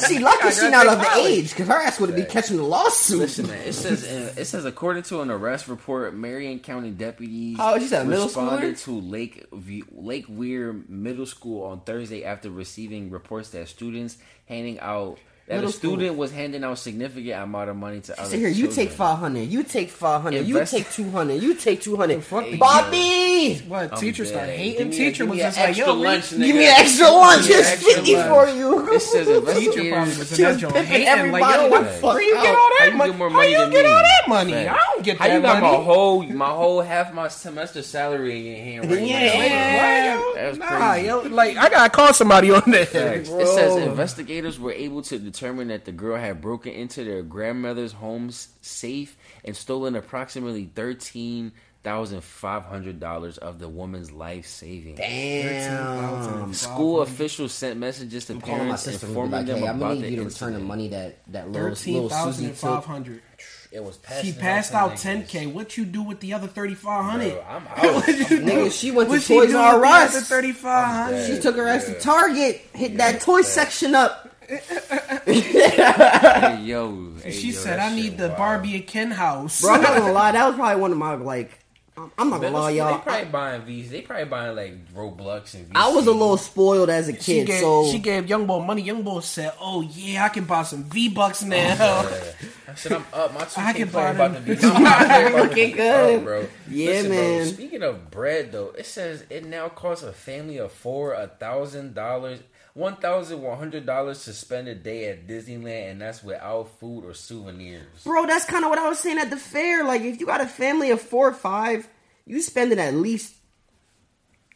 Speaker 4: she lucky she
Speaker 3: gotta
Speaker 4: not
Speaker 3: take
Speaker 4: of the
Speaker 3: college.
Speaker 4: age because her ass would have been catching the lawsuit.
Speaker 1: Listen, man. It says uh, it says according to an arrest report, Marion County deputies
Speaker 4: How old Oh, you said, middle
Speaker 1: responded to Lake View- Lake Weir Middle School on Thursday after receiving reports that students handing out that
Speaker 4: Middle
Speaker 1: a student was handing out significant amount of money to other
Speaker 4: So here, you
Speaker 1: children.
Speaker 4: take five hundred. You take five hundred. You
Speaker 1: Invest-
Speaker 4: take two hundred. You take two hundred.
Speaker 3: Fuck the-
Speaker 4: Bobby,
Speaker 3: what
Speaker 1: I'm
Speaker 3: teacher started
Speaker 1: dead.
Speaker 3: hating?
Speaker 1: Give me a-
Speaker 3: Teacher
Speaker 1: give
Speaker 3: was
Speaker 1: me a
Speaker 3: just like,
Speaker 1: extra
Speaker 3: yo,
Speaker 1: lunch,
Speaker 4: give
Speaker 1: nigga.
Speaker 4: me an extra lunch.
Speaker 1: Give me an
Speaker 4: It's
Speaker 1: extra
Speaker 4: fifty
Speaker 1: lunch.
Speaker 4: for you.
Speaker 1: It says
Speaker 3: Teacher probably
Speaker 1: investigators.
Speaker 3: was in that
Speaker 4: Just
Speaker 3: joint
Speaker 4: pimping
Speaker 3: hating.
Speaker 4: everybody
Speaker 3: Like, yo,
Speaker 4: the
Speaker 3: what,
Speaker 4: fuck
Speaker 3: where you
Speaker 4: out.
Speaker 3: get all
Speaker 1: How
Speaker 3: that
Speaker 1: you
Speaker 3: money?
Speaker 1: get more
Speaker 3: How
Speaker 1: money
Speaker 3: you
Speaker 1: than
Speaker 3: get
Speaker 1: me?
Speaker 3: all that money?
Speaker 1: Fact.
Speaker 3: I don't get
Speaker 1: How you
Speaker 3: that
Speaker 1: got my
Speaker 3: money.
Speaker 1: whole my whole half my semester salary in your hand right now?
Speaker 4: Yeah.
Speaker 3: Why, yo?
Speaker 1: That's
Speaker 4: Ah,
Speaker 3: Nah,
Speaker 1: crazy.
Speaker 3: yo, like I gotta call somebody on that.
Speaker 1: It says
Speaker 4: Bro.
Speaker 1: investigators were able to determine that the girl had broken into their grandmother's home's safe and stolen approximately thirteen thousand five hundred dollars of the woman's life savings.
Speaker 4: Damn.
Speaker 1: School officials sent messages to
Speaker 4: Calling my
Speaker 1: parents
Speaker 4: sister and be
Speaker 1: informing
Speaker 4: like,
Speaker 1: them
Speaker 4: hey, I'm
Speaker 1: about
Speaker 4: gonna
Speaker 1: the
Speaker 4: need you to return the
Speaker 1: incident.
Speaker 4: money that that little,
Speaker 3: Thirteen
Speaker 4: little Susie
Speaker 3: thousand five
Speaker 4: took.
Speaker 3: hundred.
Speaker 1: It was
Speaker 3: She
Speaker 1: passed.
Speaker 3: passed out ten k. What you do with the other thirty five hundred?
Speaker 1: I'm out.
Speaker 4: Nigga, she went to
Speaker 3: What she do with
Speaker 4: Toys
Speaker 3: the
Speaker 4: R
Speaker 3: other
Speaker 4: Us.
Speaker 3: thirty five hundred?
Speaker 4: She took her ass to Target, hit that toy section up.
Speaker 1: Hey, yo, hey,
Speaker 3: She
Speaker 1: yo,
Speaker 3: said,
Speaker 1: that
Speaker 3: "I
Speaker 1: shit
Speaker 3: need the
Speaker 1: wild.
Speaker 3: Barbie and Ken house."
Speaker 4: Bro, I'm not gonna lie, that was probably one of my like I'm not gonna lie,
Speaker 1: They
Speaker 4: y'all. I,
Speaker 1: probably buying V's. They probably buying like Roblox and. VC.
Speaker 4: I was a little spoiled as a kid,
Speaker 3: She gave,
Speaker 4: so
Speaker 3: she gave Youngboy money. Youngboy said, "Oh yeah, I can buy some V
Speaker 1: Oh,
Speaker 3: Bucks now."
Speaker 1: I said I'm up. My
Speaker 3: I can
Speaker 1: 2K player
Speaker 3: buy
Speaker 1: about to
Speaker 3: them.
Speaker 1: be. I'm out there about to
Speaker 4: Looking
Speaker 1: be
Speaker 4: good.
Speaker 1: up, bro.
Speaker 4: Yeah,
Speaker 1: Listen, bro,
Speaker 4: man.
Speaker 1: speaking of bread, though, it says it now costs a family of four a thousand dollars, one thousand one hundred dollars to spend a day at Disneyland, and that's without food or souvenirs.
Speaker 4: bro, that's kind of what I was saying at the fair. Like, if you got a family of four or five, you spending at least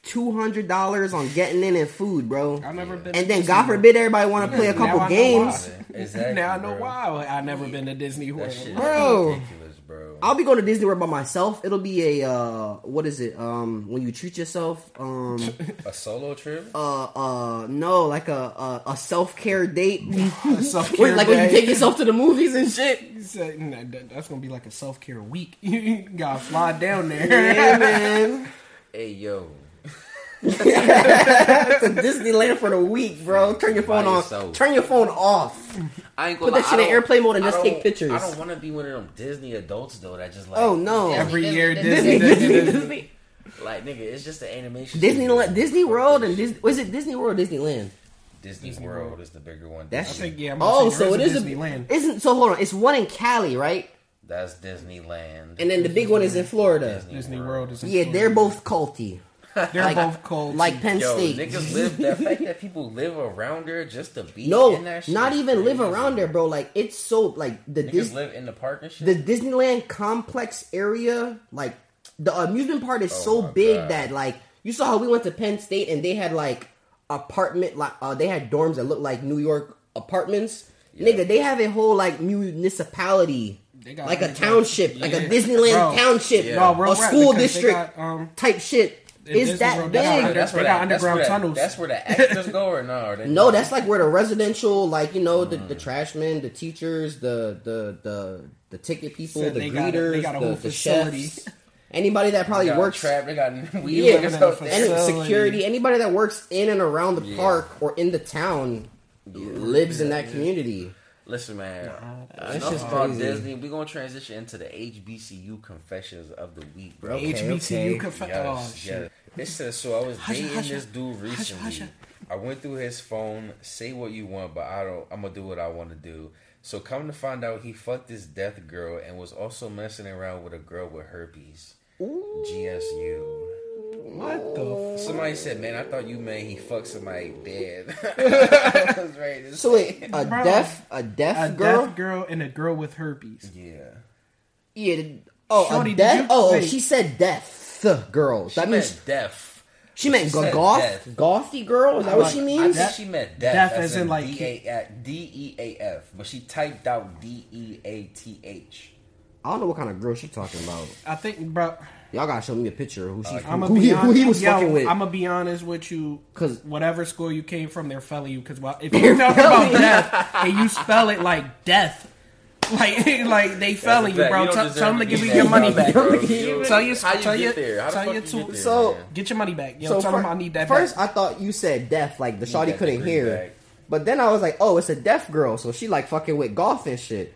Speaker 4: two hundred dollars on getting in and food, bro.
Speaker 3: I've never been.
Speaker 4: And then, God forbid, everybody want to play a
Speaker 3: Now
Speaker 4: couple
Speaker 3: I know
Speaker 4: games.
Speaker 3: why.
Speaker 1: Exactly,
Speaker 3: now I know
Speaker 1: bro.
Speaker 3: why I never been to Disney World.
Speaker 1: That shit is
Speaker 4: Bro.
Speaker 1: ridiculous, bro.
Speaker 4: I'll be going to Disney World by myself. It'll be a uh, what is it? Um, when you treat yourself, um,
Speaker 1: A solo trip?
Speaker 4: uh, uh, no, like a a, a self care date,
Speaker 3: Self-care
Speaker 4: Wait, like when you
Speaker 3: day.
Speaker 4: take yourself to the movies and shit.
Speaker 3: He said, "Nah, that- that's gonna be like a self care week. you gotta fly down there.
Speaker 4: Yeah, man,
Speaker 1: Hey yo,
Speaker 4: to Disneyland for the week, bro. Turn your phone
Speaker 1: By
Speaker 4: off.
Speaker 1: yourself.
Speaker 4: Turn your phone off.
Speaker 1: I ain't
Speaker 4: Put
Speaker 1: gonna
Speaker 4: that shit in airplane mode and
Speaker 1: I
Speaker 4: just take
Speaker 1: don't-
Speaker 4: pictures.
Speaker 1: I don't want to be one of them Disney adults though. That just like
Speaker 4: Oh, no.
Speaker 3: Every year,
Speaker 1: Disney, Disney,
Speaker 3: Disney, Disney,
Speaker 1: Disney. like nigga, it's just an animation.
Speaker 4: Disneyland,
Speaker 1: studio.
Speaker 4: Disney World, and Disney. Was it Disney World or Disneyland?
Speaker 1: Disney World is the bigger one.
Speaker 4: That's-
Speaker 3: I
Speaker 1: Disney-
Speaker 3: think yeah. I'm gonna
Speaker 4: Oh,
Speaker 3: say
Speaker 4: so it
Speaker 3: there is
Speaker 4: is
Speaker 3: a Disneyland.
Speaker 4: Isn't so? Hold on, it's one in Cali, right?
Speaker 1: that's Disneyland.
Speaker 4: And then the big one is in Florida.
Speaker 3: Disney World is in
Speaker 4: Yeah, they're
Speaker 3: Florida.
Speaker 4: both culty,
Speaker 3: they're
Speaker 4: like-
Speaker 3: both cold.
Speaker 4: like Penn
Speaker 1: Yo,
Speaker 4: State.
Speaker 1: niggas live. The fact that people live around there just to be
Speaker 4: No,
Speaker 1: in that shit
Speaker 4: not
Speaker 1: is
Speaker 4: even live
Speaker 1: crazy.
Speaker 4: around there, bro. Like it's so like the
Speaker 1: Niggas
Speaker 4: Dis-
Speaker 1: live in the park and shit.
Speaker 4: the Disneyland complex area, like the amusement park is
Speaker 1: Oh
Speaker 4: so
Speaker 1: my
Speaker 4: big
Speaker 1: God.
Speaker 4: that like you saw how we went to Penn State and they had like apartment like uh, they had dorms that looked like New York apartments. Nigga, they have a whole like municipality,
Speaker 3: They got-
Speaker 4: like
Speaker 3: they
Speaker 4: a
Speaker 3: got-
Speaker 4: township, like a
Speaker 3: yeah. Bro,
Speaker 4: Disneyland township,
Speaker 1: yeah. No,
Speaker 3: we're
Speaker 4: a
Speaker 3: right,
Speaker 4: school
Speaker 3: because they
Speaker 4: district
Speaker 3: got, um,
Speaker 4: type shit.
Speaker 3: in
Speaker 4: Is
Speaker 3: Disney
Speaker 4: that
Speaker 3: World,
Speaker 4: big?
Speaker 3: that's how
Speaker 1: Oh,
Speaker 3: They got underground
Speaker 1: that,
Speaker 3: tunnels.
Speaker 1: That's where the actors go, or no? Or they-
Speaker 4: No, that's like where the residential, like you know, the,
Speaker 3: Mm.
Speaker 4: the trashmen, the teachers, the the the the ticket people,
Speaker 3: So
Speaker 4: the
Speaker 3: they got a-
Speaker 4: greeters,
Speaker 3: they got a
Speaker 4: the,
Speaker 3: whole
Speaker 4: the
Speaker 3: facility.
Speaker 4: chefs, anybody that
Speaker 1: They
Speaker 4: probably
Speaker 1: got
Speaker 4: works,
Speaker 1: trap. They got weed
Speaker 4: yeah,
Speaker 1: niggas out
Speaker 4: any
Speaker 1: there.
Speaker 3: facility.
Speaker 4: security, anybody that works in and around the
Speaker 1: Yeah.
Speaker 4: park or in the town lives in that community.
Speaker 1: Listen, man.
Speaker 4: that's
Speaker 1: enough
Speaker 4: just
Speaker 1: about
Speaker 4: crazy.
Speaker 1: Disney. We're gonna transition into the HBCU confessions of the week, bro.
Speaker 4: Okay,
Speaker 3: HBCU
Speaker 4: okay.
Speaker 3: conf-
Speaker 1: Yes,
Speaker 3: oh shit.
Speaker 1: yes. It says so. I was
Speaker 3: Husha,
Speaker 1: dating
Speaker 3: husha.
Speaker 1: this dude recently.
Speaker 3: husha.
Speaker 1: I went through his phone. Say what you want, but I don't. I'm gonna do what I want to do. So come to find out, he fucked this death girl and was also messing around with a girl with herpes. GSU.
Speaker 3: What the?
Speaker 1: Somebody said, "Man, I thought you meant he fucked somebody dead." I was ready to
Speaker 4: So wait, a
Speaker 3: Bro.
Speaker 4: deaf, a deaf
Speaker 3: F- a
Speaker 4: girl,
Speaker 3: deaf girl and a girl with herpes.
Speaker 1: Yeah.
Speaker 4: yeah. the- Oh,
Speaker 3: Shorty,
Speaker 4: a
Speaker 3: did
Speaker 4: deaf.
Speaker 3: you-
Speaker 4: Oh,
Speaker 3: wait.
Speaker 4: she said deaf girl.
Speaker 1: She
Speaker 4: that
Speaker 1: meant
Speaker 4: means
Speaker 1: deaf.
Speaker 4: she meant
Speaker 1: said
Speaker 4: goth,
Speaker 1: deaf.
Speaker 4: gothy girl. Is that what
Speaker 3: Like,
Speaker 4: she
Speaker 1: I
Speaker 4: means?
Speaker 1: think she meant deaf,
Speaker 3: Deaf
Speaker 1: as,
Speaker 3: as in,
Speaker 1: in
Speaker 3: like,
Speaker 1: D-A-F, D-E-A-F, E but she typed out E D-E-A-T-H.
Speaker 4: I don't know what kind of girl she talking about.
Speaker 3: I think, bro.
Speaker 4: Y'all gotta show me a picture of who she,
Speaker 3: I'm
Speaker 4: who,
Speaker 3: gonna
Speaker 4: he,
Speaker 3: Uh, be
Speaker 4: who
Speaker 3: honest.
Speaker 4: he was fucking with.
Speaker 3: I'm gonna be honest with you,
Speaker 4: 'Cause-
Speaker 3: whatever school you came from, they're felling you. Because well, if you talk about death and you spell it like death, like like they felling you, bro. Tell, tell them to give you your money back.
Speaker 4: bro.
Speaker 3: Tell your-
Speaker 1: how you
Speaker 3: tell
Speaker 1: get
Speaker 3: your-
Speaker 1: there? How the
Speaker 3: tell
Speaker 1: fuck
Speaker 3: your
Speaker 1: you
Speaker 3: two-
Speaker 1: get there,
Speaker 4: So-
Speaker 1: man?
Speaker 3: Get your money back. Yo, tell them
Speaker 4: fir-
Speaker 3: I need that
Speaker 4: First,
Speaker 3: back.
Speaker 4: I thought you said deaf, like the shawty
Speaker 1: that
Speaker 4: couldn't
Speaker 1: degree
Speaker 4: hear.
Speaker 1: back.
Speaker 4: But then I was like, oh, it's a deaf girl, so she like fucking with golf and shit.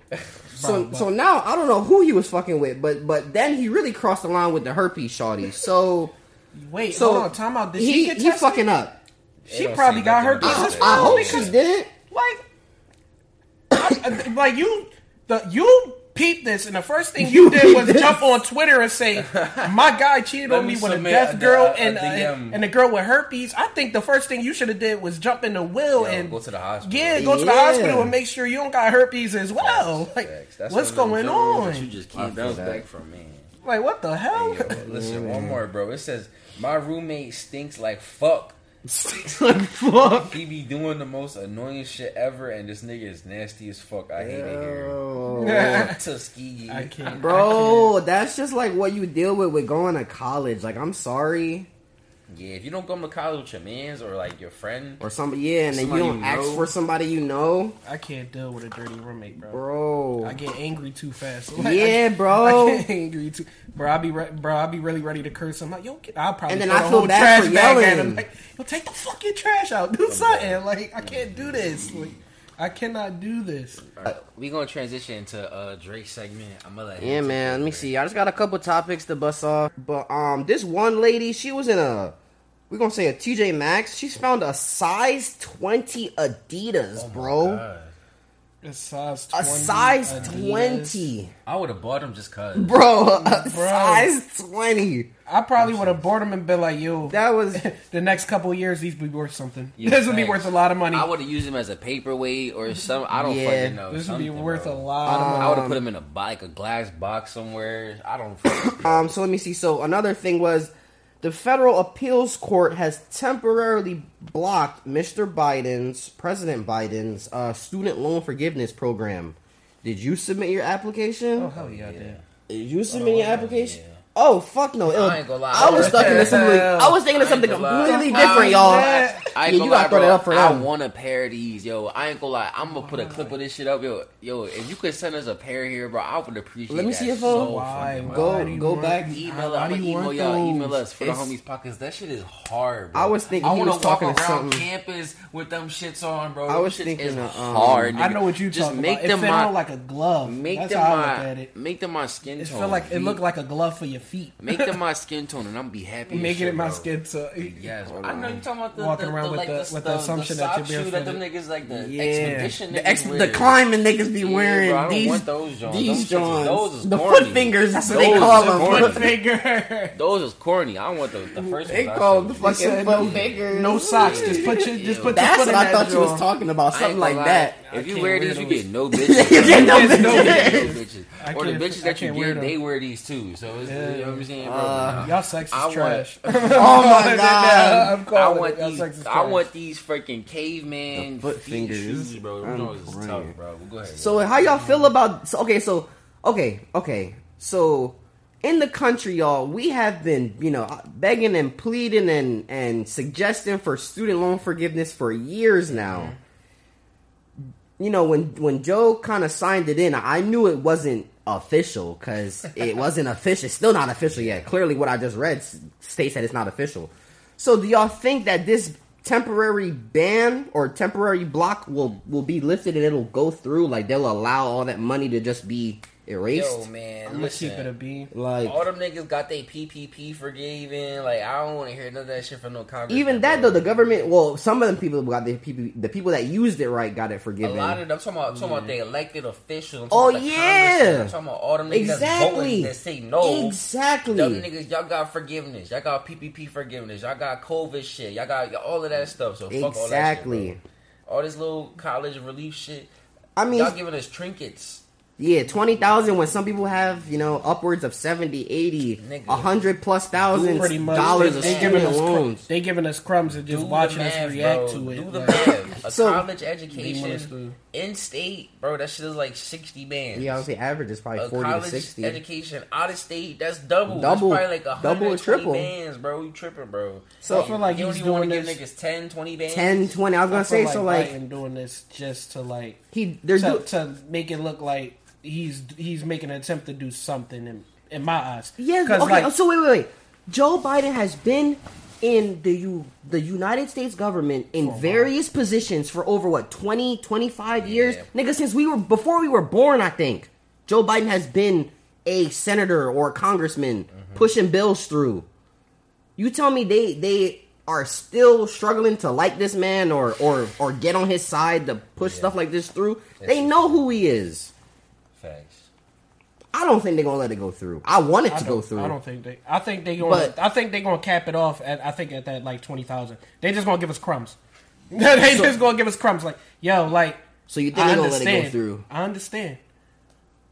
Speaker 4: so
Speaker 3: Bro, but-
Speaker 4: so now I don't know who he was fucking with, but but then he really crossed the line with the herpes shawty. So
Speaker 3: Wait,
Speaker 4: so
Speaker 3: hold on. Time out. Did
Speaker 4: he
Speaker 3: she get
Speaker 4: he
Speaker 3: tested?
Speaker 4: fucking up.
Speaker 1: They
Speaker 3: She
Speaker 1: don't
Speaker 3: probably
Speaker 1: say
Speaker 3: got
Speaker 1: nothing
Speaker 3: herpes.
Speaker 1: about
Speaker 3: as
Speaker 1: that.
Speaker 4: I
Speaker 3: well,
Speaker 4: hope
Speaker 3: because-
Speaker 4: she didn't.
Speaker 3: Like, I- I- like you, the you peeped this, and the first thing you,
Speaker 4: You
Speaker 3: did
Speaker 4: peeped
Speaker 3: was
Speaker 4: this.
Speaker 3: jump on Twitter and say, "My guy cheated
Speaker 1: Let
Speaker 3: on
Speaker 1: me
Speaker 3: me with a
Speaker 1: submit
Speaker 3: deaf
Speaker 1: a-
Speaker 3: girl
Speaker 1: a- a
Speaker 3: and, uh,
Speaker 1: DM.
Speaker 3: and and a girl with herpes." I think the first thing you should have did was jump in the will
Speaker 1: Yo,
Speaker 3: and
Speaker 1: go to the hospital.
Speaker 3: Yeah, go to the
Speaker 4: Yeah.
Speaker 3: hospital and make sure you don't got herpes as well. like,
Speaker 1: Facts. That's
Speaker 3: what's
Speaker 1: one of them
Speaker 3: going
Speaker 1: jokes
Speaker 3: on?
Speaker 1: That you just can't bounce back from, man.
Speaker 3: like, what the hell?
Speaker 1: Yo, listen,
Speaker 3: Mm.
Speaker 1: one more, bro. It says, my roommate stinks like fuck.
Speaker 4: Fuck.
Speaker 1: He be doing the most annoying shit ever, and this nigga is nasty as fuck. I hate it here. Tuskegee.
Speaker 3: I can't,
Speaker 4: Bro, that's just like what you deal with with going to college. Like, I'm sorry.
Speaker 1: Yeah, if you don't come to college with your mans or like your friend,
Speaker 4: Or somebody, yeah, and then you
Speaker 1: Somebody
Speaker 4: don't
Speaker 1: you
Speaker 4: ask
Speaker 1: know.
Speaker 4: for somebody you know.
Speaker 3: I can't, I can't deal with a dirty roommate, bro.
Speaker 4: Bro.
Speaker 3: I get angry too fast.
Speaker 4: Yeah,
Speaker 3: I,
Speaker 4: bro.
Speaker 3: I get angry too, bro. I be re- bro. I be really ready to curse. I'm like, yo, get, I'll probably
Speaker 4: And then
Speaker 3: throw
Speaker 4: I
Speaker 3: the
Speaker 4: feel
Speaker 3: whole
Speaker 4: bad
Speaker 3: trash
Speaker 4: for
Speaker 3: bag at
Speaker 4: yelling.
Speaker 3: him. Like, yo, take the fucking trash out. Do something. Like, I can't do this. Like, I cannot do this.
Speaker 1: uh, We gonna transition into uh Drake segment. I'm gonna let him
Speaker 4: Yeah,
Speaker 1: take
Speaker 4: man.
Speaker 1: it
Speaker 4: Let me
Speaker 1: away.
Speaker 4: see. I just got a couple topics to bust off, but um, this one lady, she was in a, we're gonna say a TJ Maxx. She found a size twenty Adidas, bro.
Speaker 1: Oh God.
Speaker 3: A size
Speaker 4: A
Speaker 3: 20.
Speaker 4: size
Speaker 3: Adidas.
Speaker 4: twenty,
Speaker 1: I would have bought him just cause.
Speaker 4: bro. A
Speaker 3: Bro.
Speaker 4: size twenty.
Speaker 3: I probably would have bought them and been like, yo,
Speaker 4: That was
Speaker 3: the next couple of years, these be worth something.
Speaker 1: Yeah,
Speaker 3: this would be
Speaker 1: thanks.
Speaker 3: worth a lot of money.
Speaker 1: I would have used him as a paperweight or some. I don't
Speaker 4: Yeah.
Speaker 1: fucking know.
Speaker 3: this would be
Speaker 1: something,
Speaker 3: worth
Speaker 1: bro.
Speaker 3: a lot of money.
Speaker 1: I would have put him in a bike, a glass box somewhere. I don't. fucking know.
Speaker 4: Um, so let me see. So another thing was the federal appeals court has temporarily blocked Mr. Biden's, President Biden's uh, student loan forgiveness program. Did you submit your application?
Speaker 3: Oh, hell yeah, I did.
Speaker 4: Did you submit your application? Oh fuck no! It was-
Speaker 1: ain't gonna lie.
Speaker 4: I was stuck into something. I was thinking of
Speaker 1: I ain't
Speaker 4: something
Speaker 1: gonna lie.
Speaker 4: completely different, y'all.
Speaker 1: I
Speaker 4: Yeah,
Speaker 1: ain't
Speaker 4: you
Speaker 1: gonna
Speaker 4: gotta
Speaker 1: lie,
Speaker 4: throw
Speaker 1: bro.
Speaker 4: that up for
Speaker 1: I
Speaker 4: them.
Speaker 1: want a pair of these, yo. I ain't gonna lie. I'm gonna put a clip of this shit up, yo. Yo, if you could send us a pair here, bro, I would appreciate.
Speaker 4: Let me
Speaker 1: that
Speaker 4: see your
Speaker 1: so
Speaker 4: phone.
Speaker 1: fucking much.
Speaker 4: Go-
Speaker 3: Why do you
Speaker 4: go
Speaker 3: want-
Speaker 4: back.
Speaker 1: Email,
Speaker 3: Why
Speaker 1: I'm gonna
Speaker 3: do you
Speaker 1: email
Speaker 3: want
Speaker 1: y'all.
Speaker 3: those?
Speaker 1: Email us for the
Speaker 4: It's-
Speaker 1: homies pockets. That shit is hard. Bro.
Speaker 4: I was thinking
Speaker 1: I
Speaker 4: he
Speaker 1: wanna
Speaker 4: was talking
Speaker 1: walk
Speaker 4: to
Speaker 1: around
Speaker 4: something.
Speaker 1: campus with them shits on, bro.
Speaker 4: I was
Speaker 1: Shit
Speaker 4: thinking
Speaker 1: is
Speaker 4: of, um,
Speaker 1: hard. Nigga.
Speaker 3: I know what you
Speaker 1: just
Speaker 3: talking
Speaker 1: make
Speaker 3: about.
Speaker 1: them
Speaker 3: it fit
Speaker 1: my,
Speaker 3: on like a glove.
Speaker 1: make
Speaker 3: That's
Speaker 1: them
Speaker 3: how
Speaker 1: my
Speaker 3: I look at it.
Speaker 1: make them my skin
Speaker 3: It
Speaker 1: tone.
Speaker 3: felt like it
Speaker 1: V.
Speaker 3: looked like a glove for your feet.
Speaker 1: make them my skin tone, and I'm be happy. as
Speaker 3: Making
Speaker 1: shit,
Speaker 3: it my
Speaker 1: bro.
Speaker 3: skin so
Speaker 1: Yes, I know you're talking about the
Speaker 3: Walking
Speaker 1: the,
Speaker 3: around
Speaker 1: the,
Speaker 3: with
Speaker 1: like,
Speaker 3: the-
Speaker 1: the,
Speaker 3: with the assumption that
Speaker 1: sock
Speaker 3: you're
Speaker 1: shoe that them
Speaker 3: barefooted.
Speaker 1: niggas like the
Speaker 3: Yeah.
Speaker 1: expedition
Speaker 4: The,
Speaker 1: niggas
Speaker 4: ex- the
Speaker 1: wear.
Speaker 4: climbing niggas be
Speaker 1: Yeah,
Speaker 4: wearing
Speaker 1: bro, I don't
Speaker 4: these,
Speaker 1: want those Johns. Those
Speaker 4: these
Speaker 1: shits is- those
Speaker 4: Johns.
Speaker 1: is
Speaker 4: the
Speaker 1: corny.
Speaker 4: foot fingers. That's what
Speaker 1: Those
Speaker 4: they call
Speaker 1: is
Speaker 4: them.
Speaker 1: corny.
Speaker 3: One finger.
Speaker 1: Those is corny. I want the, the first.
Speaker 4: They
Speaker 1: ones I
Speaker 4: call
Speaker 1: said.
Speaker 4: them
Speaker 3: He
Speaker 4: fucking
Speaker 3: said
Speaker 4: foot
Speaker 3: no-
Speaker 4: fingers.
Speaker 3: No socks. Just put your just put
Speaker 4: That's
Speaker 3: your foot
Speaker 4: what
Speaker 3: in
Speaker 4: I
Speaker 3: that
Speaker 4: thought you
Speaker 3: drawer.
Speaker 4: was talking about.
Speaker 1: I
Speaker 4: Something
Speaker 1: ain't
Speaker 4: like
Speaker 1: gonna lie.
Speaker 4: that.
Speaker 1: If you
Speaker 3: can't
Speaker 1: wear
Speaker 3: wear
Speaker 1: these, you
Speaker 3: those.
Speaker 1: get no
Speaker 4: You
Speaker 1: bitches.
Speaker 4: get no
Speaker 3: There's no
Speaker 4: bitches.
Speaker 1: No bitches.
Speaker 3: I
Speaker 1: Or the
Speaker 3: can't-
Speaker 1: bitches
Speaker 3: I
Speaker 1: that you
Speaker 3: can't wear
Speaker 1: get,
Speaker 3: them.
Speaker 1: they wear these too. So it's, you know what I'm saying, bro.
Speaker 4: Uh,
Speaker 3: Y'all sex is
Speaker 1: I want-
Speaker 3: trash.
Speaker 4: Oh my god.
Speaker 3: I'm
Speaker 1: I
Speaker 3: calling
Speaker 1: want
Speaker 3: it. Y'all
Speaker 1: these.
Speaker 3: sex is
Speaker 1: I
Speaker 3: trash.
Speaker 1: want these freaking caveman
Speaker 4: The foot
Speaker 1: feet
Speaker 4: fingers.
Speaker 1: shoes, bro. Them
Speaker 4: I'm
Speaker 1: joints is tough,
Speaker 4: crying.
Speaker 1: bro. Go ahead.
Speaker 4: So how y'all feel about? So, okay, so okay, okay, so in the country, y'all, we have been you know begging and pleading and and suggesting for student loan forgiveness for years now. You know when when Joe kind of signed it in, I knew it wasn't official because it wasn't official. It's still not official yet. Clearly, what I just read s- states that it's not official. So, do y'all think that this temporary ban or temporary block will will be lifted and it'll go through? Like they'll allow all that money to just be erased?
Speaker 1: yo, man,
Speaker 3: I'm gonna
Speaker 1: listen.
Speaker 3: keep it a bean.
Speaker 4: like
Speaker 1: All them niggas got their PPP forgiven. Like I don't want to hear none of that shit from no Congress.
Speaker 4: even that though, the government. Well, some of the people got the people the people that used it right got it
Speaker 1: A
Speaker 4: forgiven.
Speaker 1: lot of them. I'm talking about, talking about the elected officials. I'm
Speaker 4: Oh,
Speaker 1: talking about the
Speaker 4: yeah.
Speaker 1: congressmen, I'm talking about all them niggas that's voting
Speaker 4: Exactly.
Speaker 1: that say no.
Speaker 4: exactly.
Speaker 1: Them niggas, y'all got forgiveness. Y'all got PPP forgiveness. Y'all got COVID shit. Y'all got all of that stuff. So fuck all that shit,
Speaker 4: Exactly.
Speaker 1: bro. All this little college relief shit.
Speaker 4: I mean,
Speaker 1: y'all giving us trinkets.
Speaker 4: Yeah, 20,000 when some people have, you know, upwards of 70, 80,
Speaker 1: Nigga.
Speaker 4: 100 plus thousand
Speaker 3: Pretty much,
Speaker 4: dollars
Speaker 1: They-
Speaker 4: of
Speaker 1: they
Speaker 4: student
Speaker 1: giving
Speaker 3: us crumbs.
Speaker 4: loans.
Speaker 3: They giving us crumbs and just
Speaker 1: the
Speaker 3: watching
Speaker 1: math,
Speaker 3: us react
Speaker 1: bro.
Speaker 3: to it.
Speaker 1: Do the
Speaker 3: Like,
Speaker 1: math. A
Speaker 4: So-
Speaker 1: college
Speaker 3: They want us
Speaker 1: education
Speaker 3: to-
Speaker 1: in state, bro. That shit is like sixty bands.
Speaker 4: Yeah, I would say average is probably
Speaker 1: a
Speaker 4: 40 to
Speaker 1: college
Speaker 4: 60.
Speaker 1: education out of state, that's double.
Speaker 4: Double.
Speaker 1: That's probably like a
Speaker 4: Double or triple.
Speaker 1: bands, bro. You tripping, bro.
Speaker 4: So-
Speaker 3: I feel like
Speaker 1: you don't
Speaker 3: he's
Speaker 1: even want to
Speaker 3: doing
Speaker 1: give
Speaker 3: this-
Speaker 1: niggas 10, 20 bands.
Speaker 4: 10, 20. I was going
Speaker 3: I
Speaker 4: to say,
Speaker 3: feel
Speaker 4: so
Speaker 3: like
Speaker 4: like,
Speaker 3: Biden doing this just to like
Speaker 4: he, they're
Speaker 3: to,
Speaker 4: do-
Speaker 3: to make it look like he's he's making an attempt to do something in, in my eyes.
Speaker 4: Yeah,
Speaker 3: 'Cause,
Speaker 4: okay. oh,
Speaker 3: like,
Speaker 4: so wait, wait, wait. Joe Biden has been in the U, the United States government in various positions for over what 20, 25 years, nigga. Since we were before we were born, I think Joe Biden has been a senator or a congressman
Speaker 3: Mm-hmm.
Speaker 4: pushing bills through. You tell me they they are still struggling to like this man or or or get on his side to push stuff like this through. they know who he is.
Speaker 1: Facts.
Speaker 4: I don't think they're gonna let it go through. I want it
Speaker 3: I
Speaker 4: to
Speaker 3: don't,
Speaker 4: go through.
Speaker 3: I don't think they. I think they going.
Speaker 4: But-
Speaker 3: to I think they going to cap it off at. I think at that like twenty thousand. They just going to give us crumbs. they just going to give us crumbs. Like yo, like
Speaker 4: so you think
Speaker 3: I
Speaker 4: they're gonna let it go
Speaker 3: understand.
Speaker 4: through?
Speaker 3: I understand.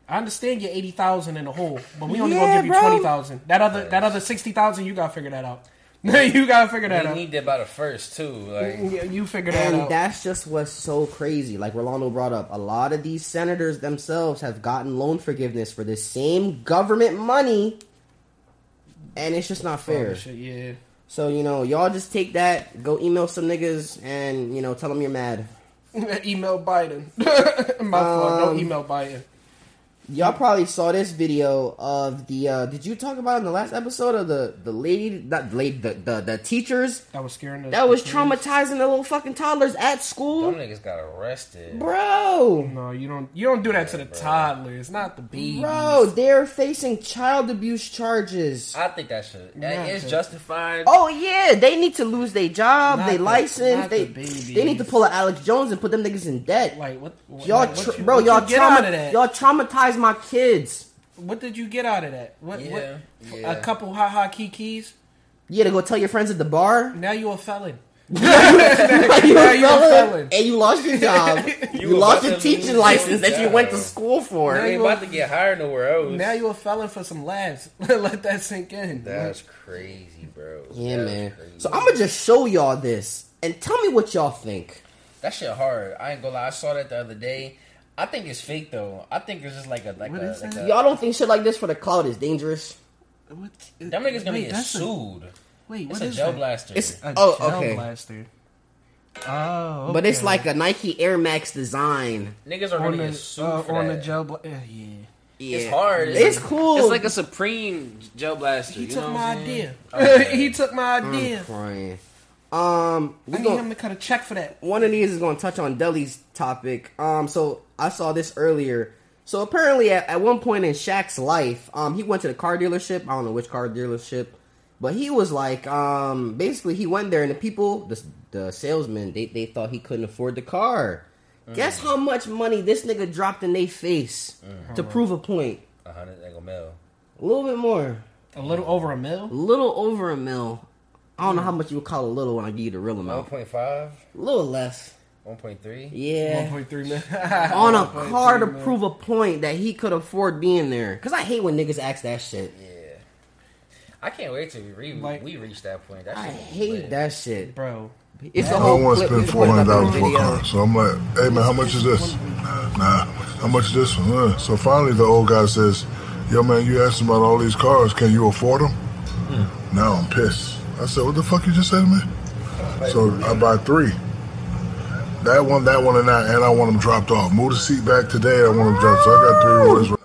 Speaker 3: I understand your eighty thousand in the hole, but we only gonna
Speaker 4: Yeah,
Speaker 3: give you
Speaker 4: bro.
Speaker 3: twenty thousand. That other that other sixty thousand, you gotta figure that out. you gotta figure that
Speaker 1: They
Speaker 3: out.
Speaker 1: need that by the first, too. Like,
Speaker 3: Yeah, you figure that
Speaker 4: And
Speaker 3: out.
Speaker 4: that's just what's so crazy. Like Rolando brought up, a lot of these senators themselves have gotten loan forgiveness for the same government money, and it's just not fair.
Speaker 3: Oh, Shit, yeah.
Speaker 4: So you know, y'all just take that, go email some niggas, and you know, tell them you're mad. Um,
Speaker 3: email Biden. My fault. Don't email Biden.
Speaker 4: Y'all probably saw this video of the. Uh, did you talk about in the last episode of the the lady, not lady, the the, the teachers
Speaker 3: That was scaring. the-
Speaker 4: that was
Speaker 3: the kids.
Speaker 4: traumatizing the little fucking toddlers at
Speaker 1: Them
Speaker 4: school,
Speaker 1: niggas got arrested.
Speaker 4: bro?
Speaker 3: No, you don't. You don't do that to the toddlers, not the babies.
Speaker 4: Bro, they're facing child abuse charges.
Speaker 1: I think that should.
Speaker 3: Not
Speaker 1: it's
Speaker 3: the-
Speaker 1: justified.
Speaker 4: Oh yeah, they need to lose their job,
Speaker 3: Not
Speaker 4: they
Speaker 3: the-
Speaker 4: license,
Speaker 3: not
Speaker 4: they
Speaker 3: the babies.
Speaker 4: they need to pull out Alex Jones and put them niggas in debt.
Speaker 3: Like what? what
Speaker 4: y'all,
Speaker 3: like, what
Speaker 4: tra-
Speaker 3: you-
Speaker 4: bro,
Speaker 3: what
Speaker 4: y'all
Speaker 3: you get out of
Speaker 4: trauma,
Speaker 3: that?
Speaker 4: y'all traumatized my kids.
Speaker 3: What did you get out of that? What?
Speaker 1: Yeah,
Speaker 3: what
Speaker 1: yeah.
Speaker 3: A couple ha ha kikis.
Speaker 4: Yeah, to go tell your friends at the bar.
Speaker 3: Now you a felon.
Speaker 4: you a
Speaker 3: you're a
Speaker 4: felon,
Speaker 3: felon.
Speaker 4: and you lost your job. you,
Speaker 1: You were
Speaker 4: lost
Speaker 1: about
Speaker 4: your
Speaker 1: to lose
Speaker 4: teaching
Speaker 1: your
Speaker 4: license that you went to
Speaker 1: job.
Speaker 4: school for.
Speaker 1: You ain't about to get hired nowhere else.
Speaker 3: Now you a felon for some laughs. Let that sink in.
Speaker 1: That's crazy, bro.
Speaker 4: yeah,
Speaker 1: That's
Speaker 4: man.
Speaker 1: crazy.
Speaker 4: So I'm gonna just show y'all this and tell me what y'all think.
Speaker 1: That shit hard. I ain't gonna lie. I saw that the other day. I think it's fake though. I think it's just like a like
Speaker 3: What
Speaker 1: a.
Speaker 3: is
Speaker 1: like
Speaker 3: that?
Speaker 1: a-
Speaker 4: Y'all don't think shit like this for the cloud is dangerous?
Speaker 3: What?
Speaker 1: them niggas gonna
Speaker 3: Wait,
Speaker 1: get
Speaker 3: that's a-
Speaker 1: sued.
Speaker 3: Wait,
Speaker 1: it's
Speaker 3: what
Speaker 1: a
Speaker 3: is
Speaker 1: gel
Speaker 3: that?
Speaker 1: blaster.
Speaker 4: It's
Speaker 3: A
Speaker 4: oh
Speaker 3: gel
Speaker 4: okay,
Speaker 3: Blaster. Oh, okay.
Speaker 4: but it's like a Nike Air Max design.
Speaker 1: niggas are
Speaker 3: on
Speaker 1: gonna
Speaker 3: the
Speaker 1: get sued
Speaker 3: uh,
Speaker 1: for
Speaker 3: on
Speaker 1: that.
Speaker 3: the gel. Bla- uh, yeah.
Speaker 4: Yeah.
Speaker 1: It's hard.
Speaker 4: It's cool.
Speaker 1: It's like a supreme gel blaster.
Speaker 3: He
Speaker 1: you
Speaker 3: took
Speaker 1: know
Speaker 3: my
Speaker 1: what I'm
Speaker 3: idea.
Speaker 1: saying? Okay.
Speaker 3: he took my
Speaker 4: I'm
Speaker 3: idea.
Speaker 4: crying. Um, we
Speaker 3: I need
Speaker 4: gon-
Speaker 3: him to cut a check for that.
Speaker 4: one of these is going to touch on Deli's topic. Um, so I saw this earlier. So apparently, at, at one point in Shaq's life, um, he went to the car dealership. I don't know which car dealership, but he was like, um, basically, he went there and the people, the, the salesman, they they thought he couldn't afford the car.
Speaker 1: Mm.
Speaker 4: Guess how much money this nigga dropped in their face
Speaker 1: Mm.
Speaker 4: to prove a point?
Speaker 1: A hundred like a mil.
Speaker 4: A little bit more,
Speaker 3: A little over a
Speaker 4: a
Speaker 3: mil.
Speaker 4: little over a mil. I don't know how much you would call a little when I give you the real amount.
Speaker 1: 1.5,
Speaker 4: A little less.
Speaker 1: 1.3.
Speaker 4: Yeah.
Speaker 3: 1.3 mil.
Speaker 4: on a car to prove a point that he could afford being there. Cause I hate when niggas ask that shit.
Speaker 1: Yeah. I can't wait till we re-
Speaker 3: Like-
Speaker 1: we reach that point. That
Speaker 4: I
Speaker 1: shit gonna be
Speaker 4: hate
Speaker 1: lit.
Speaker 4: that shit.
Speaker 3: Bro,
Speaker 4: It's a
Speaker 7: I don't
Speaker 4: whole
Speaker 7: want to
Speaker 4: clip.
Speaker 7: spend
Speaker 4: It's
Speaker 7: four
Speaker 4: put up
Speaker 7: hundred
Speaker 4: in the
Speaker 7: dollars for a
Speaker 4: video.
Speaker 7: car, so I'm like, "Hey man, how much is this? Nah, how much is this one?" Uh, So finally, the old guy says, "Yo man, you asked about all these cars. Can you afford them?" Now I'm pissed. I said, "What the fuck you just said to me?" So I buy three. That one, that one, and that, and I want them dropped off. Move the seat back today. I want them dropped. So I got three orders. So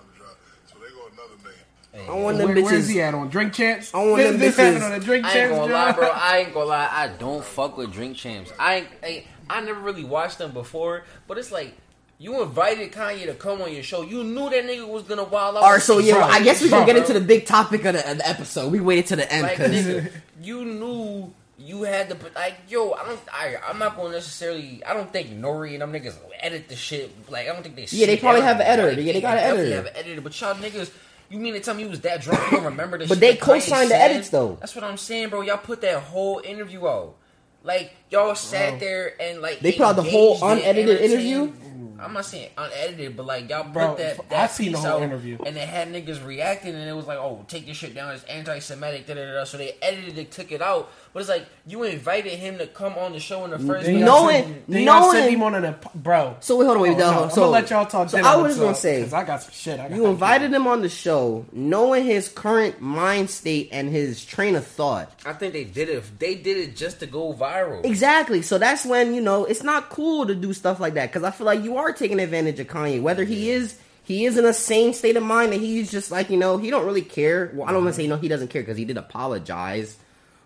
Speaker 7: they go another million.
Speaker 4: I want them
Speaker 3: where, where is he
Speaker 4: bitches.
Speaker 3: at on drink champs?
Speaker 4: I want
Speaker 3: this,
Speaker 4: them
Speaker 3: this
Speaker 4: bitches-
Speaker 3: happened on a drink
Speaker 1: I ain't
Speaker 3: champs.
Speaker 1: gonna lie,
Speaker 3: job.
Speaker 1: bro. I ain't gonna lie. I don't fuck with Drink Champs. I ain't, I, I never really watched them before, but it's like you invited Kanye to come on your show. You knew that nigga was gonna wild out.
Speaker 4: Alright, so yeah,
Speaker 3: Bro,
Speaker 4: I guess we can
Speaker 3: bro.
Speaker 4: get into the big topic of the, of the episode. We waited to the end
Speaker 1: Like,
Speaker 4: because
Speaker 1: nigga, you knew you had to put like, yo, I don't, I, I'm not gonna necessarily. I don't think Nori and them niggas edit the shit. Like, I don't think they.
Speaker 4: Yeah, they
Speaker 1: shit
Speaker 4: probably
Speaker 1: edit
Speaker 4: have an
Speaker 1: it.
Speaker 4: editor.
Speaker 1: Like,
Speaker 4: Yeah, they got an
Speaker 1: definitely
Speaker 4: editor.
Speaker 1: Have an editor, but y'all niggas. You mean to tell me you was that drunk? You don't remember this?
Speaker 4: But
Speaker 1: shit
Speaker 4: they
Speaker 1: that Kanye
Speaker 4: co-signed the
Speaker 1: said?
Speaker 4: edits, though.
Speaker 1: That's what I'm saying, bro. Y'all put that whole interview out. Like y'all sat there and like
Speaker 4: They put out the whole
Speaker 1: engaged and
Speaker 4: unedited
Speaker 1: entertained-
Speaker 4: interview?
Speaker 1: I'm not saying unedited, but like y'all put
Speaker 3: Bro,
Speaker 1: that.
Speaker 3: I
Speaker 1: that
Speaker 3: seen the
Speaker 1: piece
Speaker 3: whole
Speaker 1: out
Speaker 3: interview.
Speaker 1: and they had niggas reacting, and it was like, "Oh, take this shit down. It's anti-Semitic." Da, da, da, da. So they edited it, took it out. But it's like you invited him to come on the show in the first.
Speaker 3: They
Speaker 1: place.
Speaker 4: No
Speaker 3: y'all
Speaker 4: it-
Speaker 3: sent- they
Speaker 4: no
Speaker 3: y'all sent
Speaker 4: it-
Speaker 3: him on an ap- bro.
Speaker 4: So wait, hold on, wait, hold on.
Speaker 3: I'm
Speaker 4: so
Speaker 3: gonna let y'all talk.
Speaker 4: So
Speaker 3: then
Speaker 4: I
Speaker 3: I'ma
Speaker 4: was gonna
Speaker 3: talk,
Speaker 4: say,
Speaker 3: 'cause I got some shit. I got
Speaker 4: You invited him on the show, knowing his current mind state and his train of thought.
Speaker 1: I think they did it. They did it just to go viral.
Speaker 4: Exactly. So that's when, you know, it's not cool to do stuff like that cuz I feel like you are taking advantage of Kanye whether he is he is in a sane state of mind and he's just like, you know, he don't really care. Well, I
Speaker 1: Mm-hmm.
Speaker 4: don't want to say no, he doesn't care cuz he did apologize.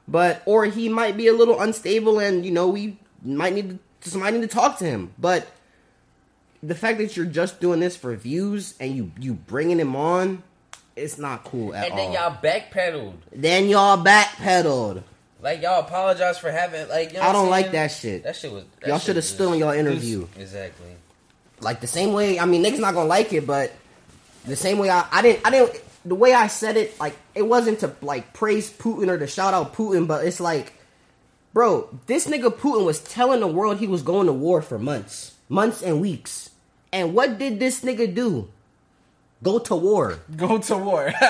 Speaker 4: But or he might be a little unstable and, you know, we might need to somebody need to talk to him. But the fact that you're just doing this for views and you you bringing him on, it's not cool at
Speaker 1: And then
Speaker 4: all.
Speaker 1: y'all backpedaled.
Speaker 4: then y'all backpedaled.
Speaker 1: Like y'all apologize for having like. You know
Speaker 4: I
Speaker 1: what
Speaker 4: don't
Speaker 1: I'm
Speaker 4: like
Speaker 1: saying?
Speaker 4: that shit.
Speaker 1: That shit was. that
Speaker 4: y'all
Speaker 1: shit
Speaker 4: should have
Speaker 1: was-
Speaker 4: stood on y'all interview.
Speaker 1: Exactly.
Speaker 4: like the same way. I mean, niggas not gonna like it, but the same way I, I didn't, I didn't. The way I said it, like it wasn't to like praise Putin or to shout out Putin, but it's like, bro, this nigga Putin was telling the world he was going to war for months, months and weeks, and what did this nigga do? Go to war.
Speaker 3: go to war.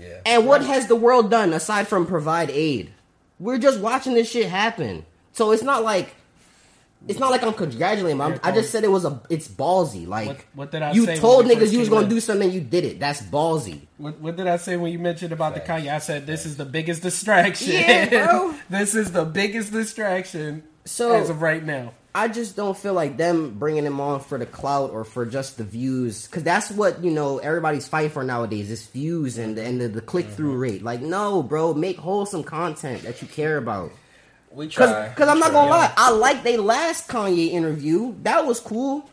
Speaker 1: Yeah.
Speaker 4: And what has the world done aside from provide aid? We're just watching this shit happen. So it's not like it's not like I'm congratulating him. I'm, I just said it was a it's ballsy. Like
Speaker 3: What- what did I
Speaker 4: you
Speaker 3: say when
Speaker 4: told
Speaker 3: we
Speaker 4: niggas
Speaker 3: first
Speaker 4: you was
Speaker 3: came
Speaker 4: gonna
Speaker 3: in?
Speaker 4: do something, and you did it. That's ballsy.
Speaker 3: what, what did I say when you mentioned about the
Speaker 1: Facts.
Speaker 3: Kanye? I said this is the biggest distraction.
Speaker 4: Yeah, bro.
Speaker 3: this is the biggest distraction
Speaker 4: So-
Speaker 3: as of right now.
Speaker 4: I just don't feel like them bringing him on for the clout or for just the views, because that's what you know everybody's fighting for nowadays is views and and the, the click through
Speaker 3: Mm-hmm.
Speaker 4: rate. Like, no, bro, make wholesome content that you care about.
Speaker 1: We try.
Speaker 4: Because I'm not gonna lie, I like they last Kanye interview. That was cool.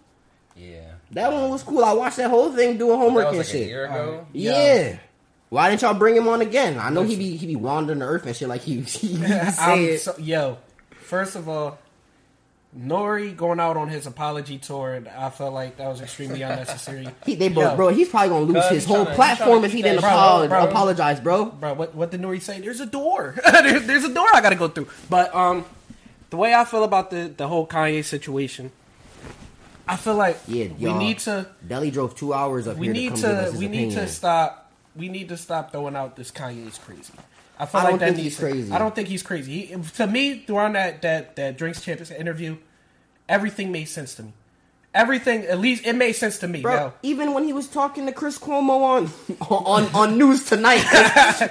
Speaker 1: Yeah.
Speaker 4: That one was cool. I watched that whole thing doing homework
Speaker 1: That was
Speaker 4: and
Speaker 1: like a
Speaker 4: shit. Um,
Speaker 1: year ago.
Speaker 4: Yeah. Why didn't y'all bring him on again? I know he be he be wandering the earth and shit like he he, he say
Speaker 3: I'm
Speaker 4: it.
Speaker 3: so, yo, first of all, Nori going out on his apology tour, and I felt like that was extremely unnecessary.
Speaker 4: He, they both,
Speaker 3: Yo,
Speaker 4: bro. He's probably gonna lose
Speaker 1: Cuz
Speaker 4: his
Speaker 1: he
Speaker 4: whole
Speaker 1: tryna- he
Speaker 4: platform
Speaker 1: tryna
Speaker 4: if he
Speaker 1: keep
Speaker 4: didn't
Speaker 1: that
Speaker 4: apolo-
Speaker 3: shit, bro.
Speaker 4: apologize, bro.
Speaker 3: bro. What what did Nori say? There's a door. there's, there's a door I gotta go through. But um, the way I feel about the the whole Kanye situation, I feel like
Speaker 4: Yeah,
Speaker 3: we
Speaker 4: y'all.
Speaker 3: need to
Speaker 4: Delhi drove two hours up
Speaker 3: we
Speaker 4: here
Speaker 3: need
Speaker 4: to come
Speaker 3: to
Speaker 4: give us his
Speaker 3: we
Speaker 4: opinion.
Speaker 3: need to stop we need to stop throwing out this Kanye is crazy. I feel
Speaker 4: I
Speaker 3: like
Speaker 4: don't
Speaker 3: that
Speaker 4: think
Speaker 3: needs
Speaker 4: he's
Speaker 3: to-
Speaker 4: crazy.
Speaker 3: I don't think he's crazy. He, to me, during that that that Drinks Champions interview, everything made sense to me. Everything, at least it made sense to me.
Speaker 4: Bro,
Speaker 3: Now,
Speaker 4: even when he was talking to Chris Cuomo on on on news tonight,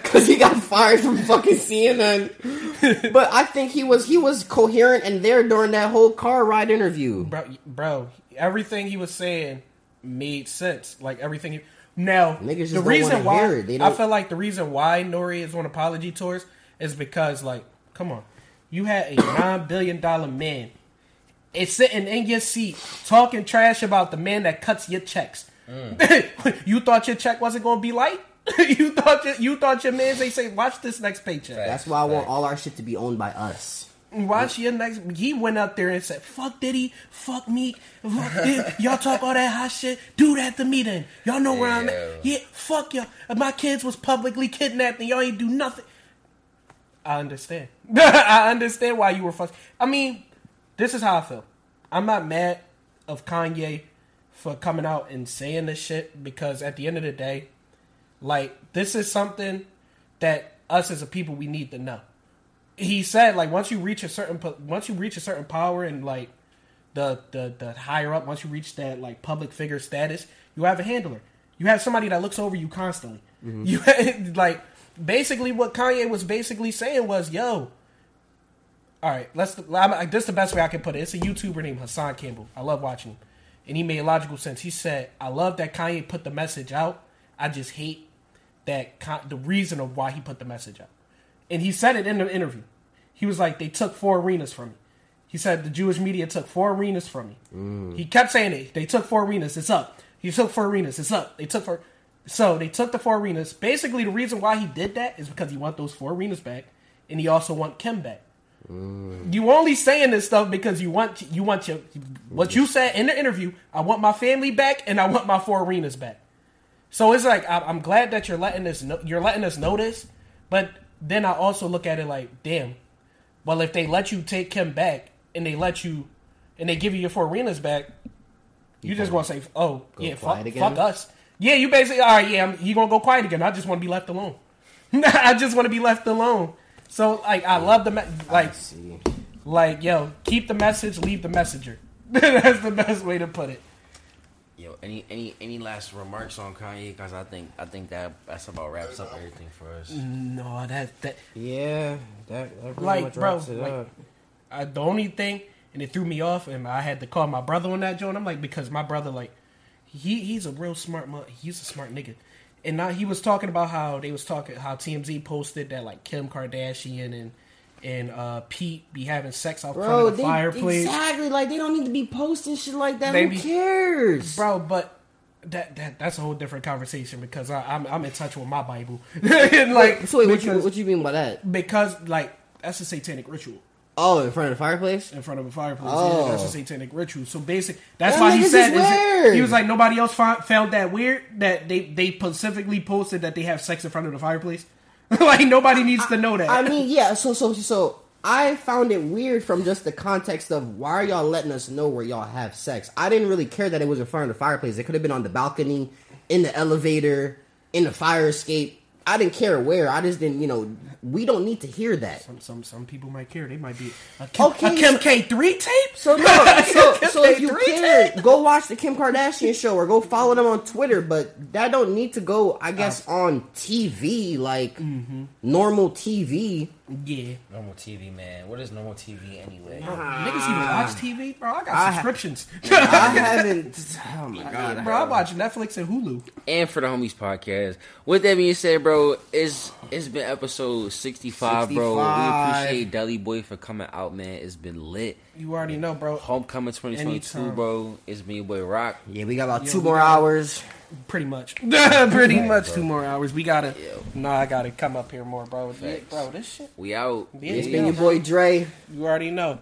Speaker 4: because he got fired from fucking CNN. But I think he was he was coherent and there during that whole car ride interview.
Speaker 3: bro, bro, everything he was saying made sense. Like everything. He, now,
Speaker 4: Niggas just
Speaker 3: the
Speaker 4: don't
Speaker 3: reason
Speaker 4: wanna
Speaker 3: why
Speaker 4: hear it. They
Speaker 3: I
Speaker 4: don't-
Speaker 3: feel like the reason why Nori is on apology tours is because, like, come on, you had a nine billion dollar man is sitting in your seat talking trash about the man that cuts your checks.
Speaker 4: Mm.
Speaker 3: you thought your check wasn't gonna be light. you thought your, you thought your man they say watch this next paycheck.
Speaker 4: That's why I want all our shit to be owned by us.
Speaker 3: Watch your next. He went up there and said, "Fuck Diddy, fuck Meek, fuck this. y'all talk all that hot shit. Do that to me then. Y'all know where I'm at. Yeah, fuck y'all. My kids was publicly kidnapped and y'all ain't do nothing. I understand. I understand why you were fucked. I mean, this is how I feel. I'm not mad of Kanye for coming out and saying this shit because at the end of the day, like this is something that us as a people we need to know he said like once you reach a certain po- once you reach a certain power and like the the the higher up once you reach that like public figure status you have a handler you have somebody that looks over you constantly you like basically what Kanye was basically saying was yo all right let's I'm, I, this is the best way I can put it it's a YouTuber named Hassan Campbell I love watching him and he made logical sense he said I love that Kanye put the message out I just hate that con- the reason of why he put the message out. And he said it in the interview. He was like, "They took four arenas from me." He said the Jewish media took four arenas from me. He kept saying it. They took four arenas. It's up. He took four arenas. It's up. They took four. So they took the four arenas. Basically, the reason why he did that is because he want those four arenas back, and he also want Kim back. You only saying this stuff because you want you want your what you said in the interview. I want my family back, and I want my four arenas back. So it's like I- I'm glad that you're letting us know, you're letting us know this, but then I also look at it like, damn. Well, if they let you take Kim back and they let you and they give you your four arenas back, you just gonna say, oh yeah, fuck,
Speaker 4: quiet again?
Speaker 3: fuck us. Yeah, you basically all right. Yeah, I'm, you gonna go quiet again. I just want to be left alone. I just want to be left alone. So like, I love the me- like
Speaker 4: See,
Speaker 3: like yo, keep the message, leave the messenger. That's the best way to put it.
Speaker 1: Yo, any any any last remarks on Kanye? Because I think I think that that's about wraps up everything for us.
Speaker 3: No, that that
Speaker 4: yeah, that, that pretty
Speaker 3: Like,
Speaker 4: much
Speaker 3: bro,
Speaker 4: wraps it
Speaker 3: like-
Speaker 4: up.
Speaker 3: I, the only thing, and it threw me off, and I had to call my brother on that joint. I'm like, because my brother, like, he he's a real smart, mu- he's a smart nigga. And now he was talking about how they was talking how TMZ posted that like Kim Kardashian and and uh, Pete be having sex out front
Speaker 4: Bro,
Speaker 3: of the
Speaker 4: they,
Speaker 3: fireplace,
Speaker 4: exactly. Like they don't need to be posting shit like that.
Speaker 3: They
Speaker 4: Who
Speaker 3: be-
Speaker 4: cares,
Speaker 3: bro. But that that that's a whole different conversation because I, I'm I'm in touch with my Bible. and like
Speaker 4: So wait, what you
Speaker 3: because-
Speaker 4: what you mean by that?
Speaker 3: because like that's a satanic ritual.
Speaker 4: Oh, in front of the fireplace.
Speaker 3: in front of a fireplace.
Speaker 4: Oh.
Speaker 3: Yeah, that's a satanic ritual. So basic. That's
Speaker 4: That
Speaker 3: why he
Speaker 4: nigga's
Speaker 3: said
Speaker 4: is
Speaker 3: is it-
Speaker 4: weird.
Speaker 3: he was like nobody else fi- found that weird that they they specifically posted that they have sex in front of the fireplace. like nobody needs to know that.
Speaker 4: I mean, yeah. So, so, so I found it weird from just the context of why are y'all letting us know where y'all have sex? I didn't really care that it was in front of the fireplace. It could have been on the balcony, in the elevator, in the fire escape. I didn't care where. I just didn't, you know. We don't need to hear that.
Speaker 3: some some some people might care. They might be a Kim,
Speaker 4: Okay,
Speaker 3: a Kim
Speaker 4: so-
Speaker 3: K three tape.
Speaker 4: So no, so,
Speaker 3: Kim
Speaker 4: so if
Speaker 3: K
Speaker 4: you
Speaker 3: three
Speaker 4: care,
Speaker 3: tape?
Speaker 4: go watch the Kim Kardashian show or go follow them on Twitter. But that Mm-hmm. don't need to go, I guess, on TV like normal TV.
Speaker 3: Yeah.
Speaker 8: Normal TV, man. What is normal TV anyway?
Speaker 3: Niggas even watch TV, bro. I got
Speaker 4: Ah. I ha-
Speaker 3: subscriptions.
Speaker 4: I haven't. Oh my god!
Speaker 3: bro, I watch Netflix and Hulu.
Speaker 1: and for the homies podcast. With that being said, bro, it's it's been episode sixty five, bro. We
Speaker 4: 65.
Speaker 1: appreciate Dully Boy for coming out, man. It's been lit.
Speaker 3: You already know, bro.
Speaker 1: Homecoming twenty twenty two,
Speaker 3: Anytime.
Speaker 1: bro. It's me, your boy Rock.
Speaker 4: Yeah, we got about
Speaker 3: Yeah,
Speaker 4: two
Speaker 3: we
Speaker 4: more
Speaker 3: got-
Speaker 4: hours.
Speaker 3: Pretty much. Pretty
Speaker 1: Right,
Speaker 3: much
Speaker 1: bro.
Speaker 3: two more hours. We gotta.
Speaker 1: Yo.
Speaker 3: Nah, I gotta come up here more, bro. Yeah,
Speaker 1: Facts.
Speaker 3: bro, this shit.
Speaker 1: We out.
Speaker 3: Yeah,
Speaker 4: It's
Speaker 3: yeah.
Speaker 4: been your boy Dre.
Speaker 3: You already know.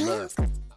Speaker 1: look.